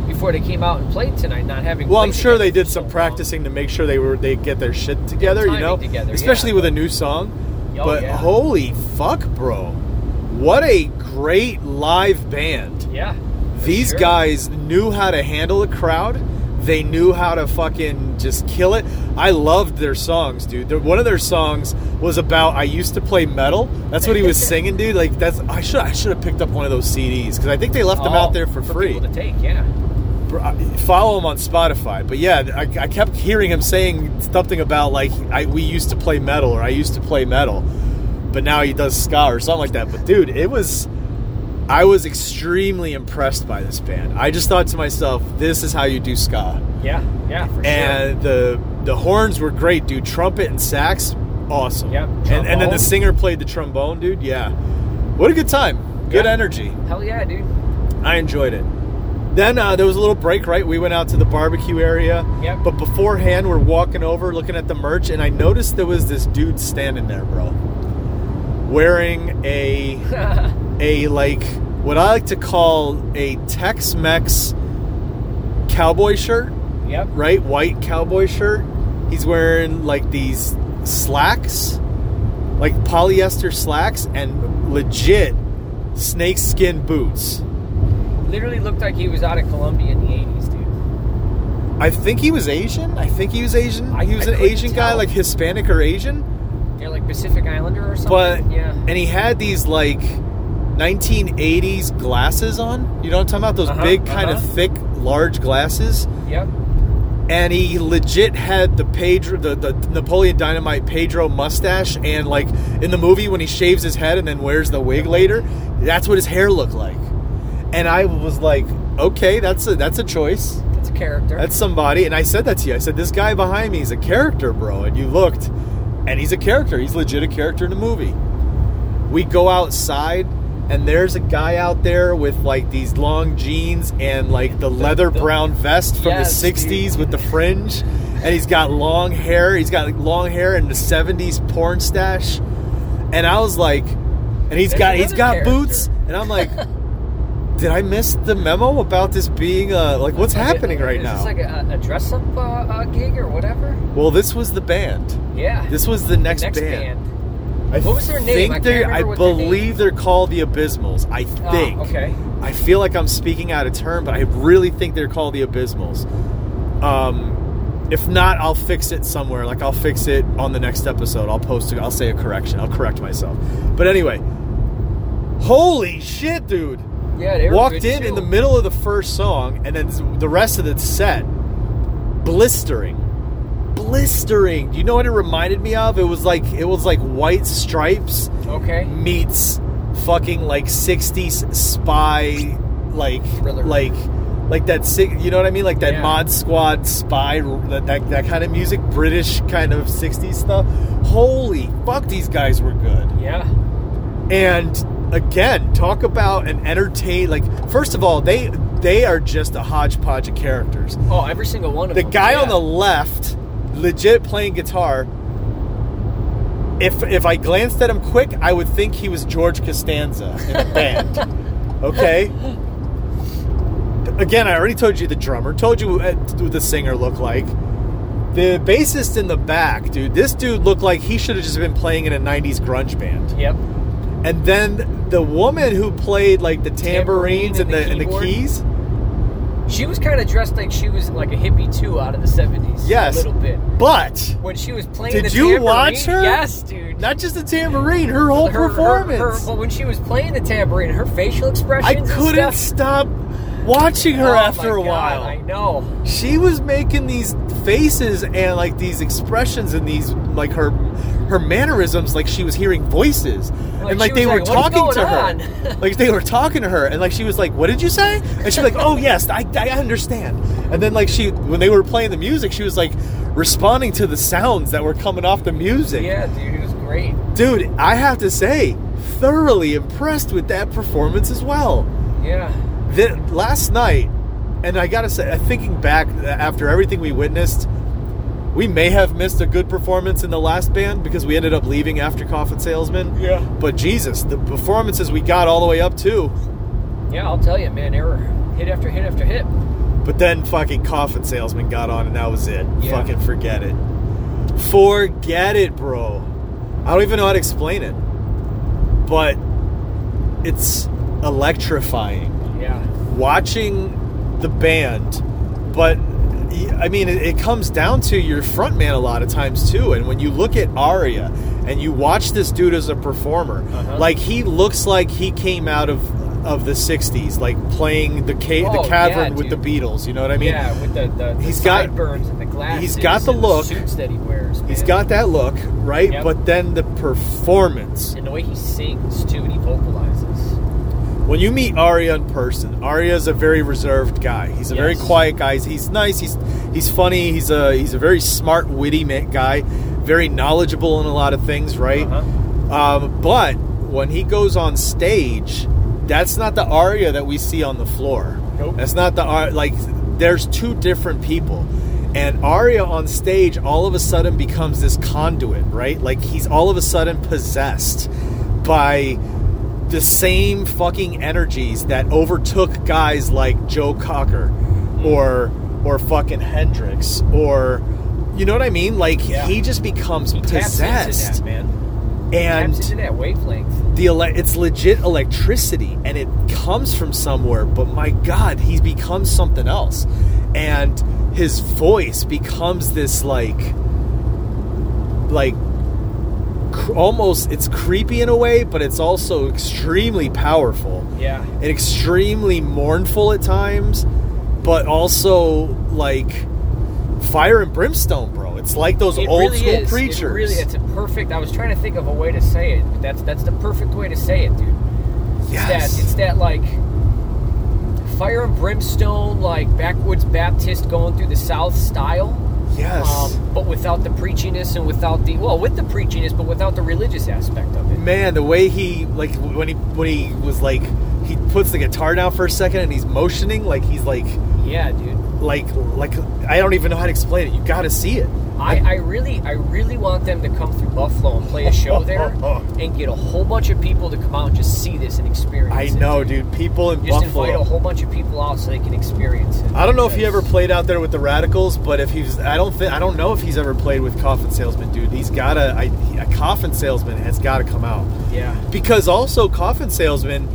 Speaker 2: before they came out and played tonight, not having.
Speaker 1: Well, I'm
Speaker 2: played
Speaker 1: sure
Speaker 2: together
Speaker 1: they did
Speaker 2: for
Speaker 1: some
Speaker 2: so
Speaker 1: practicing to make sure they were they get their shit together, you
Speaker 2: timing
Speaker 1: know,
Speaker 2: together,
Speaker 1: especially
Speaker 2: yeah.
Speaker 1: with a new song.
Speaker 2: Oh,
Speaker 1: but
Speaker 2: yeah.
Speaker 1: holy fuck, bro! What a great live band.
Speaker 2: long. Yeah. for
Speaker 1: These
Speaker 2: sure.
Speaker 1: guys knew how to handle a crowd. They knew how to fucking just kill it. I loved their songs, dude. Their, one of their songs was about I used to play metal. That's what he was singing, dude. Like that's I should I should have picked up one of those CDs because I think they left them
Speaker 2: Oh,
Speaker 1: out there for free.
Speaker 2: people to take. Yeah,
Speaker 1: Bro, I- Follow him on Spotify. But yeah, I, I kept hearing him saying something about like I, we used to play metal or I used to play metal, but now he does ska or something like that. But dude, it was. I was extremely impressed by this band. I just thought to myself, this is how you do ska.
Speaker 2: yeah, yeah. For sure.
Speaker 1: And the the horns were great, dude. Trumpet and sax, awesome.
Speaker 2: Yep.
Speaker 1: And, and then the
Speaker 2: Trombone.
Speaker 1: singer played the trombone, dude. Yeah. What a good time. Good
Speaker 2: Yeah.
Speaker 1: energy.
Speaker 2: hell yeah, dude.
Speaker 1: I enjoyed it. Then uh, there was a little break, right? We went out to the barbecue area.
Speaker 2: Yep.
Speaker 1: But beforehand, we're walking over, looking at the merch, and I noticed there was this dude standing there, bro, wearing a a like what I like to call a Tex-Mex cowboy shirt,
Speaker 2: yep.
Speaker 1: right? White cowboy shirt. He's wearing like these slacks, like polyester slacks, and legit snakeskin boots.
Speaker 2: Literally looked like he was out of Colombia in the '80s, dude.
Speaker 1: I think he was Asian. I think he was Asian.
Speaker 2: I-
Speaker 1: he was
Speaker 2: I
Speaker 1: an
Speaker 2: couldn't
Speaker 1: Asian guy,
Speaker 2: tell.
Speaker 1: like Hispanic or Asian.
Speaker 2: They're like Pacific Islander or
Speaker 1: But
Speaker 2: something. yeah.
Speaker 1: and he had these like 1980s glasses on. You know what I'm talking about? Those
Speaker 2: Uh-huh,
Speaker 1: big, kind
Speaker 2: uh-huh.
Speaker 1: of thick, large glasses.
Speaker 2: Yep.
Speaker 1: And he legit had the Pedro, the, the Napoleon Dynamite Pedro mustache, and like in the movie when he shaves his head and then wears the wig later, that's what his hair looked like. And I was like, okay, that's a that's a choice.
Speaker 2: That's a character.
Speaker 1: That's somebody. And I said that to you. I said, this guy behind me is a character, bro. And you looked, and he's a character. He's legit a character in the movie. We go outside, and there's a guy out there with like these long jeans and like the leather
Speaker 2: the-
Speaker 1: brown vest from
Speaker 2: Yes,
Speaker 1: the 60s with the fringe. And he's got long hair. He's got like, long hair and the 70s porn stash. And I was like, and he's
Speaker 2: There's
Speaker 1: got he's
Speaker 2: another
Speaker 1: got
Speaker 2: character.
Speaker 1: boots. And I'm like, did I miss the memo about this being uh like what's
Speaker 2: Like,
Speaker 1: happening right
Speaker 2: is
Speaker 1: now?
Speaker 2: Is this like a, a dress up uh, uh, gig or whatever?
Speaker 1: Well, this was the band.
Speaker 2: Yeah.
Speaker 1: This was the next,
Speaker 2: next
Speaker 1: band.
Speaker 2: band.
Speaker 1: I
Speaker 2: What was their name? I
Speaker 1: Think
Speaker 2: can't
Speaker 1: they're- I
Speaker 2: remember what their name
Speaker 1: believe
Speaker 2: is.
Speaker 1: they're called the Abysmals. I
Speaker 2: Ah,
Speaker 1: think.
Speaker 2: okay.
Speaker 1: I feel like I'm speaking out of turn, but I really think they're called the Abysmals. Um, if not, I'll fix it somewhere. Like I'll fix it on the next episode. I'll post it. I'll say a correction. I'll correct myself. But anyway, holy shit, dude!
Speaker 2: Yeah. They were
Speaker 1: Walked
Speaker 2: good
Speaker 1: in
Speaker 2: too.
Speaker 1: in the middle of the first song, and then the rest of the set, blistering, blistering. You know what it reminded me of? It was like it was like white stripes
Speaker 2: Okay.
Speaker 1: meets fucking like 60s spy like
Speaker 2: Thriller.
Speaker 1: like like that sig- you know what I mean like that
Speaker 2: Yeah.
Speaker 1: mod squad spy that, that that kind of music british kind of 60s stuff holy fuck these guys were good
Speaker 2: Yeah.
Speaker 1: and again talk about an entertain like first of all they they are just a hodgepodge of characters
Speaker 2: Oh, every single one of
Speaker 1: the
Speaker 2: them.
Speaker 1: guy on
Speaker 2: yeah.
Speaker 1: the left legit playing guitar if if i glanced at him quick i would think he was george costanza in the band okay again i already told you the drummer told you uh, what the singer looked like the bassist in the back dude this dude looked like he should have just been playing in a 90s grunge band
Speaker 2: Yep.
Speaker 1: and then the woman who played like the tambourines and, the, and the
Speaker 2: keyboard.
Speaker 1: keys
Speaker 2: She was kind of dressed like she was like a hippie too out of the '70s.
Speaker 1: Yes.
Speaker 2: A little bit.
Speaker 1: but
Speaker 2: When she was playing.
Speaker 1: Did
Speaker 2: the
Speaker 1: you
Speaker 2: tambourine-
Speaker 1: watch her?
Speaker 2: Yes, dude.
Speaker 1: not just the tambourine her whole
Speaker 2: Her- her-
Speaker 1: performance
Speaker 2: Her, well, when she was playing the tambourine, her facial
Speaker 1: I
Speaker 2: expressions.
Speaker 1: couldn't
Speaker 2: and stuff,
Speaker 1: stop watching her
Speaker 2: Oh my
Speaker 1: after a
Speaker 2: God,
Speaker 1: while.
Speaker 2: I know.
Speaker 1: She was making these faces and like these expressions and these like her her mannerisms like she was hearing voices and like
Speaker 2: she
Speaker 1: they
Speaker 2: was
Speaker 1: were
Speaker 2: like,
Speaker 1: talking
Speaker 2: "What's
Speaker 1: to
Speaker 2: going
Speaker 1: her
Speaker 2: on?"
Speaker 1: like they were talking to her and like she was like what did you say and she's like oh yes I, I understand and then like she when they were playing the music she was like responding to the sounds that were coming off the music
Speaker 2: Yeah, dude, it was great.
Speaker 1: dude i have to say thoroughly impressed with that performance as well
Speaker 2: Yeah.
Speaker 1: that last night, and I gotta say, uh, thinking back uh, after everything we witnessed, we may have missed a good performance in the last band because we ended up leaving after Coffin Salesman.
Speaker 2: Yeah.
Speaker 1: But Jesus, the performances we got all the way up to,
Speaker 2: Yeah, I'll tell you, man. They were hit after hit after hit.
Speaker 1: but then fucking Coffin Salesman got on and that was it.
Speaker 2: Yeah.
Speaker 1: Fucking forget it. Forget it, bro. I don't even know how to explain it. But it's electrifying.
Speaker 2: Yeah.
Speaker 1: watching the band, but I mean, it, it comes down to your front man a lot of times too. And when you look at Aria and you watch this dude as a performer,
Speaker 2: Uh-huh.
Speaker 1: like he looks like he came out of of the '60s, like playing the ca-
Speaker 2: Oh,
Speaker 1: the cavern
Speaker 2: yeah,
Speaker 1: with the
Speaker 2: dude.
Speaker 1: Beatles. You know what I mean?
Speaker 2: yeah, with the, the, the
Speaker 1: he's got-
Speaker 2: sideburns and the glasses.
Speaker 1: he's got the
Speaker 2: and
Speaker 1: look.
Speaker 2: suits that he wears.
Speaker 1: He's
Speaker 2: man.
Speaker 1: got that look, right?
Speaker 2: Yep.
Speaker 1: But then the performance.
Speaker 2: and the way he sings too, and he vocalizes.
Speaker 1: When you meet Arya in person, Arya is a very reserved guy. He's a very
Speaker 2: Yes.
Speaker 1: quiet guy. He's nice. He's he's funny. He's a he's a very smart, witty ma- guy. Very knowledgeable in a lot of things, right?
Speaker 2: Uh-huh.
Speaker 1: Um, but when he goes on stage, that's not the Arya that we see on the floor.
Speaker 2: Nope.
Speaker 1: That's not the Ar- like. There's two different people, and Arya on stage all of a sudden becomes this conduit, right? Like he's all of a sudden possessed by the same fucking energies that overtook guys like Joe Cocker
Speaker 2: Hmm.
Speaker 1: or or fucking Hendrix or you know what I mean? Like
Speaker 2: Yeah.
Speaker 1: he just becomes
Speaker 2: He taps into
Speaker 1: possessed
Speaker 2: that man.
Speaker 1: and
Speaker 2: taps into that wavelength.
Speaker 1: the ele- it's legit electricity and it comes from somewhere but my god he becomes something else and his voice becomes this like like cr- almost it's creepy in a way but it's also extremely powerful
Speaker 2: Yeah,
Speaker 1: and extremely mournful at times but also like fire and brimstone bro it's like those
Speaker 2: It
Speaker 1: old
Speaker 2: really
Speaker 1: school
Speaker 2: is.
Speaker 1: preachers
Speaker 2: It really, it's a perfect. I was trying to think of a way to say it, but that's that's the perfect way to say it, dude.
Speaker 1: Yes.
Speaker 2: It's um, that it's that like fire and brimstone, like backwoods Baptist going through the South style.
Speaker 1: yes
Speaker 2: um, but without the preachiness and without the well, with the preachiness, but without the religious aspect of it.
Speaker 1: man the way he like when he when he was like he puts the guitar down for a second and he's motioning like he's like
Speaker 2: Yeah, dude.
Speaker 1: like like i don't even know how to explain it you gotta see it
Speaker 2: I, I really I really want them to come through Buffalo and play a show there and get a whole bunch of people to come out and just see this and experience
Speaker 1: i
Speaker 2: it.
Speaker 1: know dude people in
Speaker 2: Just invite a
Speaker 1: buffalo
Speaker 2: whole bunch of people out so they can experience it.
Speaker 1: i don't know if he ever
Speaker 2: Because-
Speaker 1: played out there with the radicals but if he's i don't think i don't know if he's ever played with coffin salesman dude he's gotta I, he- a coffin salesman has gotta come out
Speaker 2: Yeah.
Speaker 1: because also coffin salesman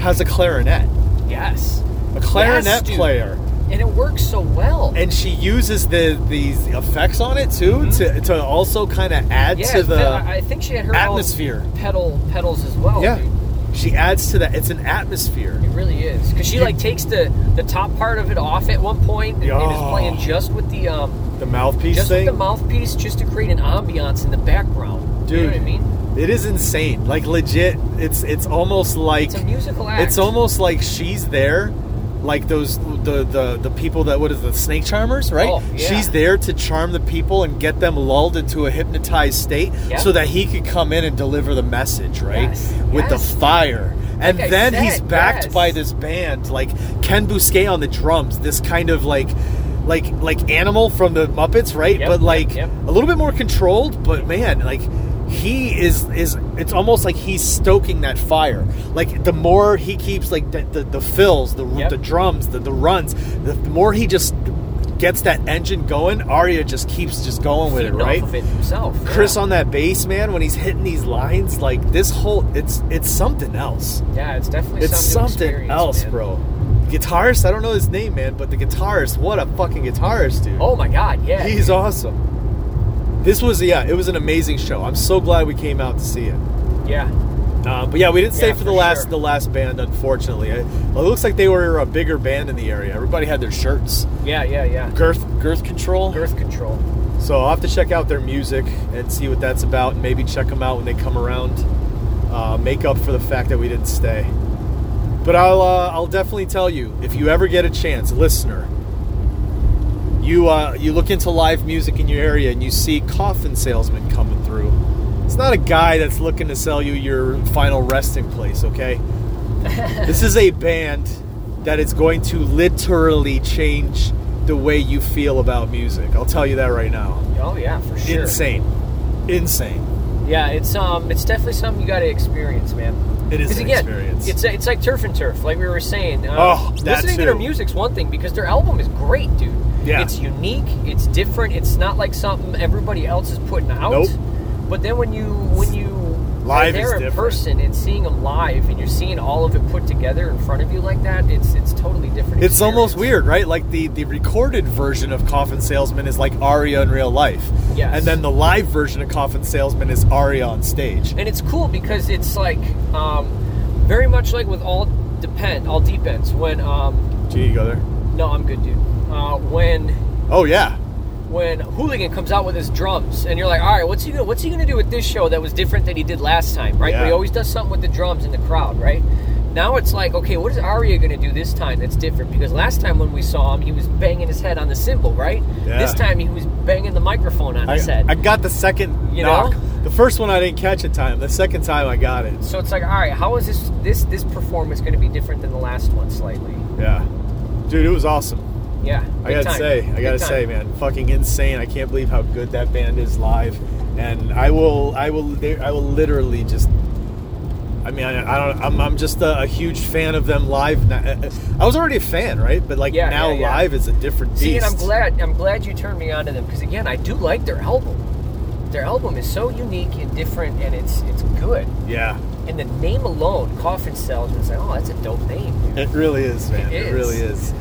Speaker 1: has a clarinet
Speaker 2: Yes.
Speaker 1: a clarinet
Speaker 2: dude.
Speaker 1: player
Speaker 2: And it works so well.
Speaker 1: and she uses the these effects on it too to, to also kind of add
Speaker 2: Mm-hmm. yeah,
Speaker 1: to the
Speaker 2: I I think she had her own
Speaker 1: atmosphere.
Speaker 2: pedal pedals as well.
Speaker 1: yeah
Speaker 2: dude.
Speaker 1: she adds to that it's an atmosphere
Speaker 2: It really is because she like takes the the top part of it off at one point and, and is
Speaker 1: Yeah.
Speaker 2: playing just with the um
Speaker 1: the mouthpiece
Speaker 2: just
Speaker 1: thing
Speaker 2: with the mouthpiece just to create an ambiance in the background. you know
Speaker 1: Dude.
Speaker 2: what I mean?
Speaker 1: it is insane like legit it's it's almost like
Speaker 2: It's a musical act.
Speaker 1: it's almost like she's there like those the the the people that what is the snake charmers right
Speaker 2: Oh, yeah.
Speaker 1: she's there to charm the people and get them lulled into a hypnotized state
Speaker 2: Yeah.
Speaker 1: so that he could come in and deliver the message right
Speaker 2: Yes,
Speaker 1: with
Speaker 2: yes.
Speaker 1: the fire and
Speaker 2: Like I
Speaker 1: then
Speaker 2: said,
Speaker 1: he's backed
Speaker 2: yes.
Speaker 1: by this band like ken bousquet on the drums this kind of like like like animal from the muppets right
Speaker 2: Yep,
Speaker 1: but
Speaker 2: yep,
Speaker 1: like
Speaker 2: yep.
Speaker 1: a little bit more controlled but man like he is is it's almost like he's stoking that fire like the more he keeps like the the, the fills the,
Speaker 2: Yep.
Speaker 1: the drums the, the runs the, the more he just gets that engine going Arya just keeps just going with it
Speaker 2: Feeding off
Speaker 1: right
Speaker 2: of it himself. yeah.
Speaker 1: Chris on that bass man when he's hitting these lines like this whole it's it's something else
Speaker 2: yeah, it's definitely
Speaker 1: it's
Speaker 2: something, to
Speaker 1: something
Speaker 2: experience,
Speaker 1: else
Speaker 2: man.
Speaker 1: bro guitarist I don't know his name man but the guitarist what a fucking guitarist dude
Speaker 2: Oh my god, yeah.
Speaker 1: He's awesome. This was yeah, it was an amazing show. I'm so glad we came out to see it.
Speaker 2: yeah.
Speaker 1: Uh, but yeah, we didn't stay
Speaker 2: Yeah,
Speaker 1: for the
Speaker 2: for
Speaker 1: last
Speaker 2: sure.
Speaker 1: the last band, unfortunately. It, it looks like they were a bigger band in the area. Everybody had their shirts,
Speaker 2: Yeah, yeah, yeah.
Speaker 1: girth girth control.
Speaker 2: Girth control.
Speaker 1: So I'll have to check out their music and see what that's about, and maybe check them out when they come around. Uh, make up for the fact that we didn't stay. But I'll uh, I'll definitely tell you if you ever get a chance, listener. You uh, you look into live music in your area and you see coffin salesman coming through. It's not a guy that's looking to sell you your final resting place, okay? this is a band that is going to literally change the way you feel about music. I'll tell you that right now.
Speaker 2: Oh yeah, for sure.
Speaker 1: Insane. Insane.
Speaker 2: Yeah, it's um, it's definitely something you got to experience, man.
Speaker 1: It is
Speaker 2: Because
Speaker 1: an
Speaker 2: again,
Speaker 1: experience.
Speaker 2: it's it's like turf and turf, like we were saying. Um,
Speaker 1: Oh, that
Speaker 2: listening to their
Speaker 1: too.
Speaker 2: music's one thing because their album is great, dude.
Speaker 1: Yeah.
Speaker 2: it's unique, it's different. It's not like something everybody else is putting out.
Speaker 1: Nope.
Speaker 2: But then when you when you
Speaker 1: Live
Speaker 2: when
Speaker 1: is
Speaker 2: they're in
Speaker 1: different.
Speaker 2: person and seeing them live, and you're seeing all of it put together in front of you like that. It's it's totally different.
Speaker 1: It's almost
Speaker 2: experience.
Speaker 1: weird, right? Like the the recorded version of Coffin Salesman is like Aria in real life.
Speaker 2: Yes.
Speaker 1: And then the live version of Coffin Salesman is Aria on stage.
Speaker 2: and it's cool because it's like um, very much like with all depend all deep ends when um,
Speaker 1: Gee, you go there.
Speaker 2: no I'm good dude uh, when
Speaker 1: Oh yeah.
Speaker 2: when Hooligan comes out with his drums, and you're like, all right, what's he gonna what's he gonna do with this show that was different than he did last time, right? But he
Speaker 1: Yeah.
Speaker 2: always does something with the drums in the crowd, right? Now it's like, okay, what is Aria gonna do this time that's different? Because last time when we saw him, he was banging his head on the cymbal, right?
Speaker 1: Yeah.
Speaker 2: This time he was banging the microphone on
Speaker 1: I,
Speaker 2: his head.
Speaker 1: I got the second
Speaker 2: You
Speaker 1: knock.
Speaker 2: know?
Speaker 1: The first one I didn't catch in time. The second time I got it.
Speaker 2: so it's like, all right, how is this this this performance gonna be different than the last one slightly?
Speaker 1: Yeah. Dude, it was awesome.
Speaker 2: Yeah,
Speaker 1: I
Speaker 2: big
Speaker 1: gotta
Speaker 2: time.
Speaker 1: say, I
Speaker 2: Big
Speaker 1: gotta
Speaker 2: time.
Speaker 1: say, man, fucking insane. I can't believe how good that band is live. And I will, I will, I will literally just. I mean, I, I don't. I'm, I'm just a, a huge fan of them live. Now. I was already a fan, right? But like
Speaker 2: Yeah,
Speaker 1: now,
Speaker 2: yeah, yeah.
Speaker 1: live is a different beast.
Speaker 2: See, and I'm glad I'm glad you turned me on to them because again, I do like their album. Their album is so unique and different, and it's it's good.
Speaker 1: Yeah,
Speaker 2: And the name alone, Coffin Salesman, it's like, oh, that's a dope name. dude."
Speaker 1: it really is, man.
Speaker 2: It
Speaker 1: It,
Speaker 2: is.
Speaker 1: really is.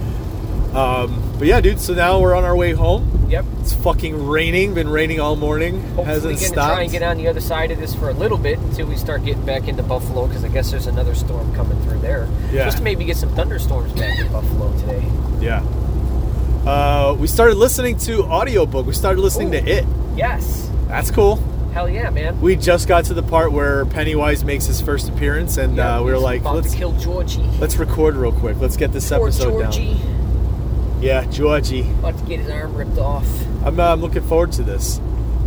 Speaker 1: Um, but yeah, dude. So now we're on our way home.
Speaker 2: Yep.
Speaker 1: It's fucking raining. Been raining all morning.
Speaker 2: Hopefully,
Speaker 1: Hasn't
Speaker 2: we can
Speaker 1: stopped.
Speaker 2: try and get on the other side of this for a little bit until we start getting back into Buffalo because I guess there's another storm coming through there.
Speaker 1: Yeah.
Speaker 2: Just to maybe get some thunderstorms back in Buffalo today.
Speaker 1: Yeah. Uh, we started listening to audiobook. We started listening
Speaker 2: Ooh.
Speaker 1: to it.
Speaker 2: Yes.
Speaker 1: That's cool.
Speaker 2: Hell yeah, man.
Speaker 1: We just got to the part where Pennywise makes his first appearance, and
Speaker 2: Yeah,
Speaker 1: uh, we were
Speaker 2: he's
Speaker 1: like,
Speaker 2: about
Speaker 1: let's
Speaker 2: to kill Georgie.
Speaker 1: let's record real quick. Let's get this
Speaker 2: Poor
Speaker 1: episode
Speaker 2: Georgie.
Speaker 1: down. Yeah, Georgie.
Speaker 2: About to get his arm ripped off.
Speaker 1: I'm, uh, I'm looking forward to this.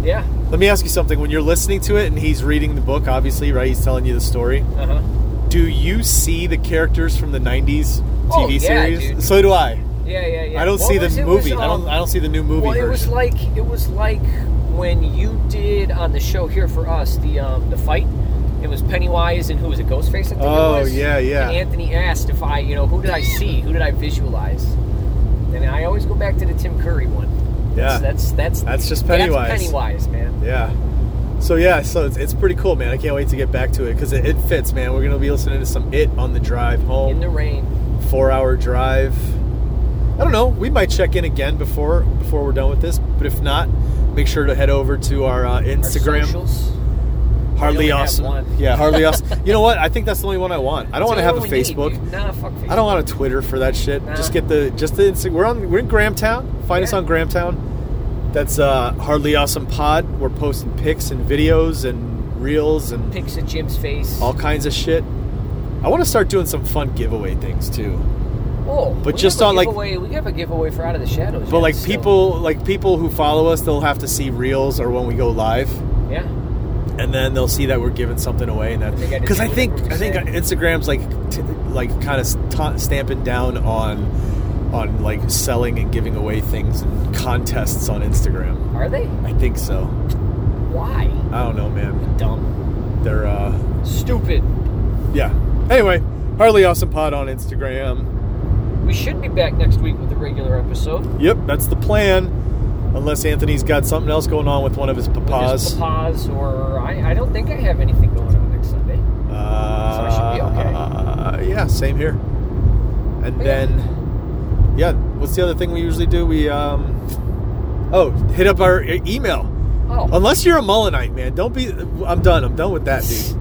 Speaker 2: Yeah.
Speaker 1: Let me ask you something. When you're listening to it and he's reading the book, obviously, right? He's telling you the story.
Speaker 2: Uh huh.
Speaker 1: Do you see the characters from the '90s TV
Speaker 2: Oh, yeah,
Speaker 1: series?
Speaker 2: dude.
Speaker 1: So do I.
Speaker 2: Yeah, yeah, yeah.
Speaker 1: I don't
Speaker 2: What
Speaker 1: see
Speaker 2: was
Speaker 1: the
Speaker 2: it? It
Speaker 1: movie.
Speaker 2: was,
Speaker 1: I
Speaker 2: um,
Speaker 1: don't. I don't see the new movie
Speaker 2: Well,
Speaker 1: version.
Speaker 2: it was like it was like when you did on the show here for us the um, the fight. It was Pennywise and who was it? Ghostface. I think
Speaker 1: Oh,
Speaker 2: it was.
Speaker 1: yeah, yeah.
Speaker 2: And Anthony asked if I, you know, who did I see? Who did I visualize? And I always go back to the Tim Curry one.
Speaker 1: yeah.
Speaker 2: That's that's
Speaker 1: That's just Pennywise.
Speaker 2: That's Pennywise, man.
Speaker 1: Yeah. So yeah, so it's, it's pretty cool, man. I can't wait to get back to it because it, it fits, man. We're gonna be listening to some it on the drive
Speaker 2: In
Speaker 1: home,
Speaker 2: the rain.
Speaker 1: four-hour drive. I don't know. We might check in again before before we're done with this, but if not, make sure to head over to our uh,
Speaker 2: Our
Speaker 1: Instagram.
Speaker 2: socials.
Speaker 1: Hardly
Speaker 2: We only have
Speaker 1: awesome.
Speaker 2: one.
Speaker 1: Yeah, hardly awesome. You know what? I think that's the only one I want. I don't want to
Speaker 2: That's
Speaker 1: have
Speaker 2: the
Speaker 1: a
Speaker 2: only one we need,
Speaker 1: Facebook.
Speaker 2: dude. Nah, fuck Facebook.
Speaker 1: I don't want a Twitter for that shit.
Speaker 2: Nah.
Speaker 1: Just get the just the Insta- we're on we're in Grahamtown. Find us
Speaker 2: Yeah.
Speaker 1: on Grahamtown. That's uh, hardly awesome pod. We're posting pics and videos and reels and
Speaker 2: pics of Jim's face.
Speaker 1: all kinds of shit. I want to start doing some fun giveaway things too.
Speaker 2: oh,
Speaker 1: but
Speaker 2: we
Speaker 1: just
Speaker 2: have a
Speaker 1: on, like-
Speaker 2: giveaway- we have a giveaway for Out of the Shadows.
Speaker 1: But
Speaker 2: yet,
Speaker 1: like
Speaker 2: so-
Speaker 1: people like people who follow us, they'll have to see reels or when we go live,
Speaker 2: yeah,
Speaker 1: and then they'll see that we're giving something away. And that
Speaker 2: think I just
Speaker 1: because I
Speaker 2: knew
Speaker 1: think
Speaker 2: what you were
Speaker 1: I think
Speaker 2: saying.
Speaker 1: Instagram's like t- like kind of ta stamping down on on like selling and giving away things and contests on Instagram.
Speaker 2: are they?
Speaker 1: I think so.
Speaker 2: Why?
Speaker 1: I don't know, man.
Speaker 2: Dumb.
Speaker 1: They're uh
Speaker 2: Stupid.
Speaker 1: yeah. Anyway, Harley Awesome Pod on Instagram.
Speaker 2: We should be back next week with a regular episode. with
Speaker 1: Yep, that's the plan. Unless Anthony's got something else going on with one of his
Speaker 2: his
Speaker 1: papas.
Speaker 2: Papas, or I, I don't think I have anything going on next Sunday.
Speaker 1: Uh,
Speaker 2: So I should be okay.
Speaker 1: yeah, same here. And
Speaker 2: Yeah.
Speaker 1: then yeah, what's the other thing we usually do? We um oh, hit up our e- email.
Speaker 2: Oh,
Speaker 1: Unless you're a Mullenite, man. Don't be I'm done. I'm done with that, dude.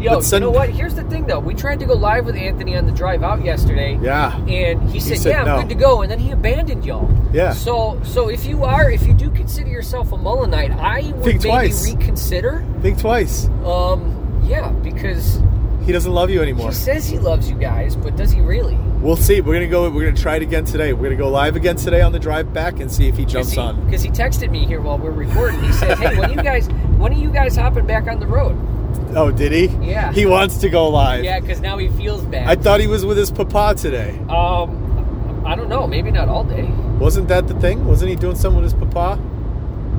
Speaker 2: yo,
Speaker 1: but send-
Speaker 2: you know what? Here's the thing, though. We tried to go live with Anthony on the drive out yesterday.
Speaker 1: Yeah.
Speaker 2: And he said,
Speaker 1: said
Speaker 2: "Yeah,
Speaker 1: no.
Speaker 2: I'm good to go," and then he abandoned y'all.
Speaker 1: Yeah.
Speaker 2: So, so if you are, if you do consider yourself a Mullenite, I would
Speaker 1: Think
Speaker 2: maybe
Speaker 1: twice.
Speaker 2: reconsider.
Speaker 1: Think twice.
Speaker 2: Um, yeah, because
Speaker 1: He doesn't love you anymore.
Speaker 2: he says he loves you guys, but does he really?
Speaker 1: We'll see. We're gonna go. We're gonna try it again today. We're gonna go live again today on the drive back and see if he jumps on.
Speaker 2: Because he texted me here while we're recording. He says, "Hey, when you guys, when are you guys hopping back on the road?"
Speaker 1: Oh, did he?
Speaker 2: Yeah.
Speaker 1: He wants to go live.
Speaker 2: Yeah, because now he feels
Speaker 1: I
Speaker 2: bad.
Speaker 1: thought he was with his papa today.
Speaker 2: um, I don't know. Maybe not all day.
Speaker 1: Wasn't that the thing? Wasn't he doing something with his papa?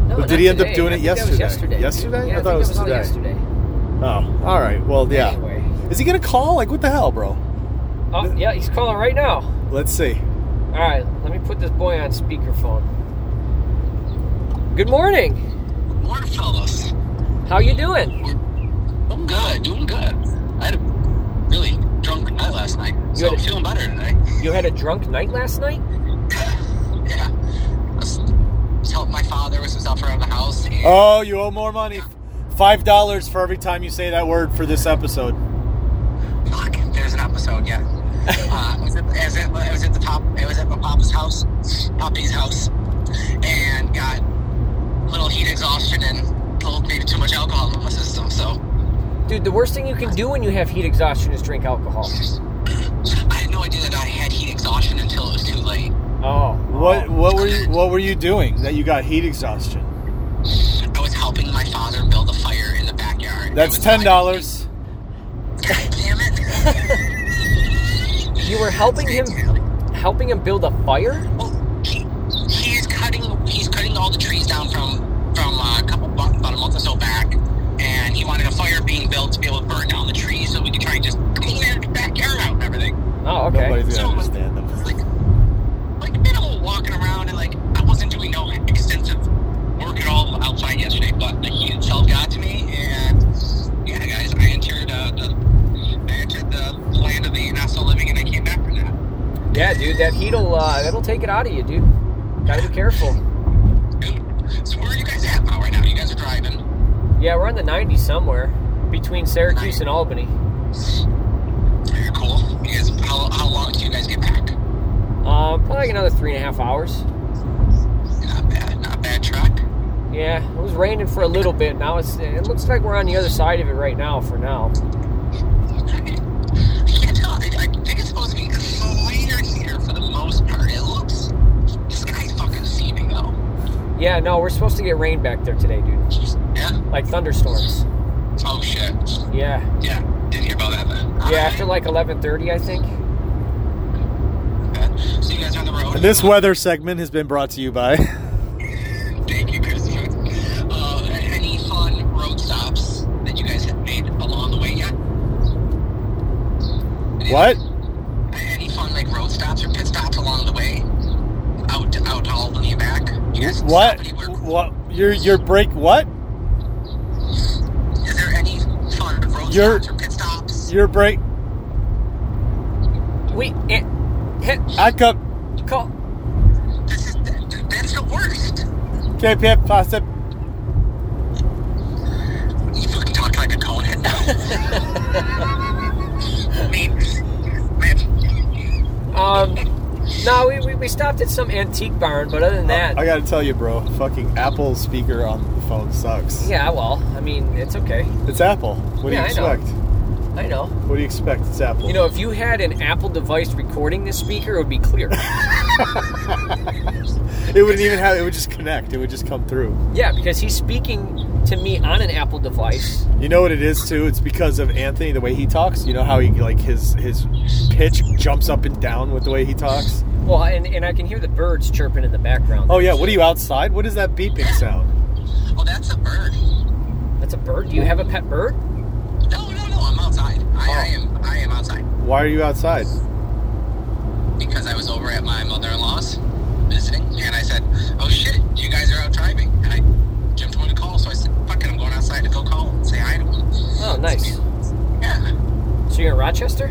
Speaker 2: No,
Speaker 1: But did
Speaker 2: not
Speaker 1: he end up
Speaker 2: today.
Speaker 1: doing
Speaker 2: I
Speaker 1: it
Speaker 2: think that was
Speaker 1: yesterday? Yesterday?
Speaker 2: yesterday. Yeah,
Speaker 1: I
Speaker 2: I,
Speaker 1: thought it was
Speaker 2: think that was all
Speaker 1: today.
Speaker 2: yesterday.
Speaker 1: Oh, all right. Well, yeah.
Speaker 2: Anyway,
Speaker 1: Is he gonna call? Like, what the hell, bro?
Speaker 2: oh yeah, he's calling right now.
Speaker 1: Let's see.
Speaker 2: All right, let me put this boy on speakerphone. Good morning.
Speaker 3: Morning, fellas.
Speaker 2: How you doing?
Speaker 3: I'm Doing good, doing good. I had a really drunk night last night, so
Speaker 2: had
Speaker 3: I'm
Speaker 2: a-
Speaker 3: feeling better today.
Speaker 2: You had a drunk night last night?
Speaker 3: Yeah, I was, was helping my father with some stuff around the house. And
Speaker 1: Oh, you owe more money. Five dollars for every time you say that word for this episode.
Speaker 3: Fuck, there's an episode, yeah. uh, I was at, I was at, I was at the pop, I was at my papa's house, Poppy's house, and got a little heat exhaustion and pulled maybe too much alcohol in my system. So
Speaker 2: Dude, the worst thing you can do when you have heat exhaustion is drink alcohol.
Speaker 3: I had no idea that I had heat exhaustion until it was too late.
Speaker 2: Oh.
Speaker 1: What what were you what were you doing that you got heat exhaustion?
Speaker 3: I was helping my father build a fire in the backyard.
Speaker 1: That's
Speaker 3: It was
Speaker 1: ten
Speaker 3: like-
Speaker 1: dollars.
Speaker 3: God damn it!
Speaker 2: You were helping him helping him build a fire?
Speaker 3: Well, Oh, he, he's cutting he's cutting all the trees down from from uh, a couple bu- about a month or so back, and he wanted a fire being built to be able to burn down the trees so we could try and just clean the backyard out and everything.
Speaker 2: Oh, okay.
Speaker 1: Nobody's gonna
Speaker 3: So-
Speaker 1: understand them.
Speaker 3: Like like minimal walking around and like I wasn't doing no extensive work at all outside yesterday, but the heat itself got to me and yeah, guys, I entered uh, the I entered the land of the not so living and I came back from that.
Speaker 2: Yeah, dude, that heat'll uh, that'll take it out of you, dude. Gotta be careful.
Speaker 3: Dude, so where are you guys at now? Right now, you guys are driving.
Speaker 2: Yeah, we're in the 90s somewhere between Syracuse and Albany.
Speaker 3: Very cool. You guys, how, how long do you guys get back?
Speaker 2: Uh, probably like another three and a half hours.
Speaker 3: Not bad. Not bad track.
Speaker 2: Yeah, it was raining for a little bit. Now it's it looks like we're on the other side of it right now. For now,
Speaker 3: I can't tell. I, I think it's supposed to be clear here for the most part. It looks. The sky's fucking seeming though.
Speaker 2: yeah, no, we're supposed to get rain back there today, dude.
Speaker 3: Yeah.
Speaker 2: Like thunderstorms.
Speaker 3: Oh shit.
Speaker 2: Yeah,
Speaker 3: Yeah. Didn't hear about that then.
Speaker 2: yeah. After like 11:30, I think.
Speaker 3: Okay. So you guys are on the road.
Speaker 1: And this weather segment has been brought to you by
Speaker 3: Thank you, Christopher. Uh, any fun road stops that you guys have made along the way yet?
Speaker 1: What?
Speaker 3: Any fun like road stops or pit stops along the way? Out to out to Albany and back? You guys stop
Speaker 1: What?
Speaker 3: anywhere?
Speaker 1: What your your break what?
Speaker 3: Is there any fun road
Speaker 1: You're-
Speaker 3: stops or pit stops?
Speaker 1: Your break
Speaker 2: We it, hit
Speaker 1: I cup
Speaker 2: call.
Speaker 3: This is that- that's the worst.
Speaker 1: KPF pasta
Speaker 3: You fucking talk like a conehead now. I mean, man,
Speaker 2: Um, no, we, we, we stopped at some antique barn, but other than that,
Speaker 1: I gotta tell Oh, you, bro, fucking Apple speaker on the phone sucks.
Speaker 2: yeah. Well, I mean, it's okay.
Speaker 1: It's Apple. What do
Speaker 2: Yeah,
Speaker 1: you
Speaker 2: I know.
Speaker 1: expect?
Speaker 2: I know.
Speaker 1: What do you expect? It's Apple.
Speaker 2: You know, if you had an Apple device recording this speaker, it would be clear.
Speaker 1: it wouldn't even have. It would just connect. It would just come through.
Speaker 2: yeah, because he's speaking to me on an Apple device.
Speaker 1: You know what it is too? It's because of Anthony, the way he talks. You know how he like his his pitch jumps up and down with the way he talks.
Speaker 2: Well, and, and I can hear the birds chirping in the background.
Speaker 1: Oh yeah. What are you outside? What is that beeping sound?
Speaker 3: oh, that's a bird.
Speaker 2: That's a bird. Do you have a pet bird?
Speaker 3: No, no, no. I'm outside. I, I am. I am outside
Speaker 1: Why are you outside?
Speaker 3: because I was over at my mother-in-law's visiting, and I said, "Oh shit, you guys are out driving." And I jumped on a call, so I said, "Fuck it, I'm going outside to go call and say hi to him."
Speaker 2: Oh, nice.
Speaker 3: Yeah.
Speaker 2: So you're in Rochester?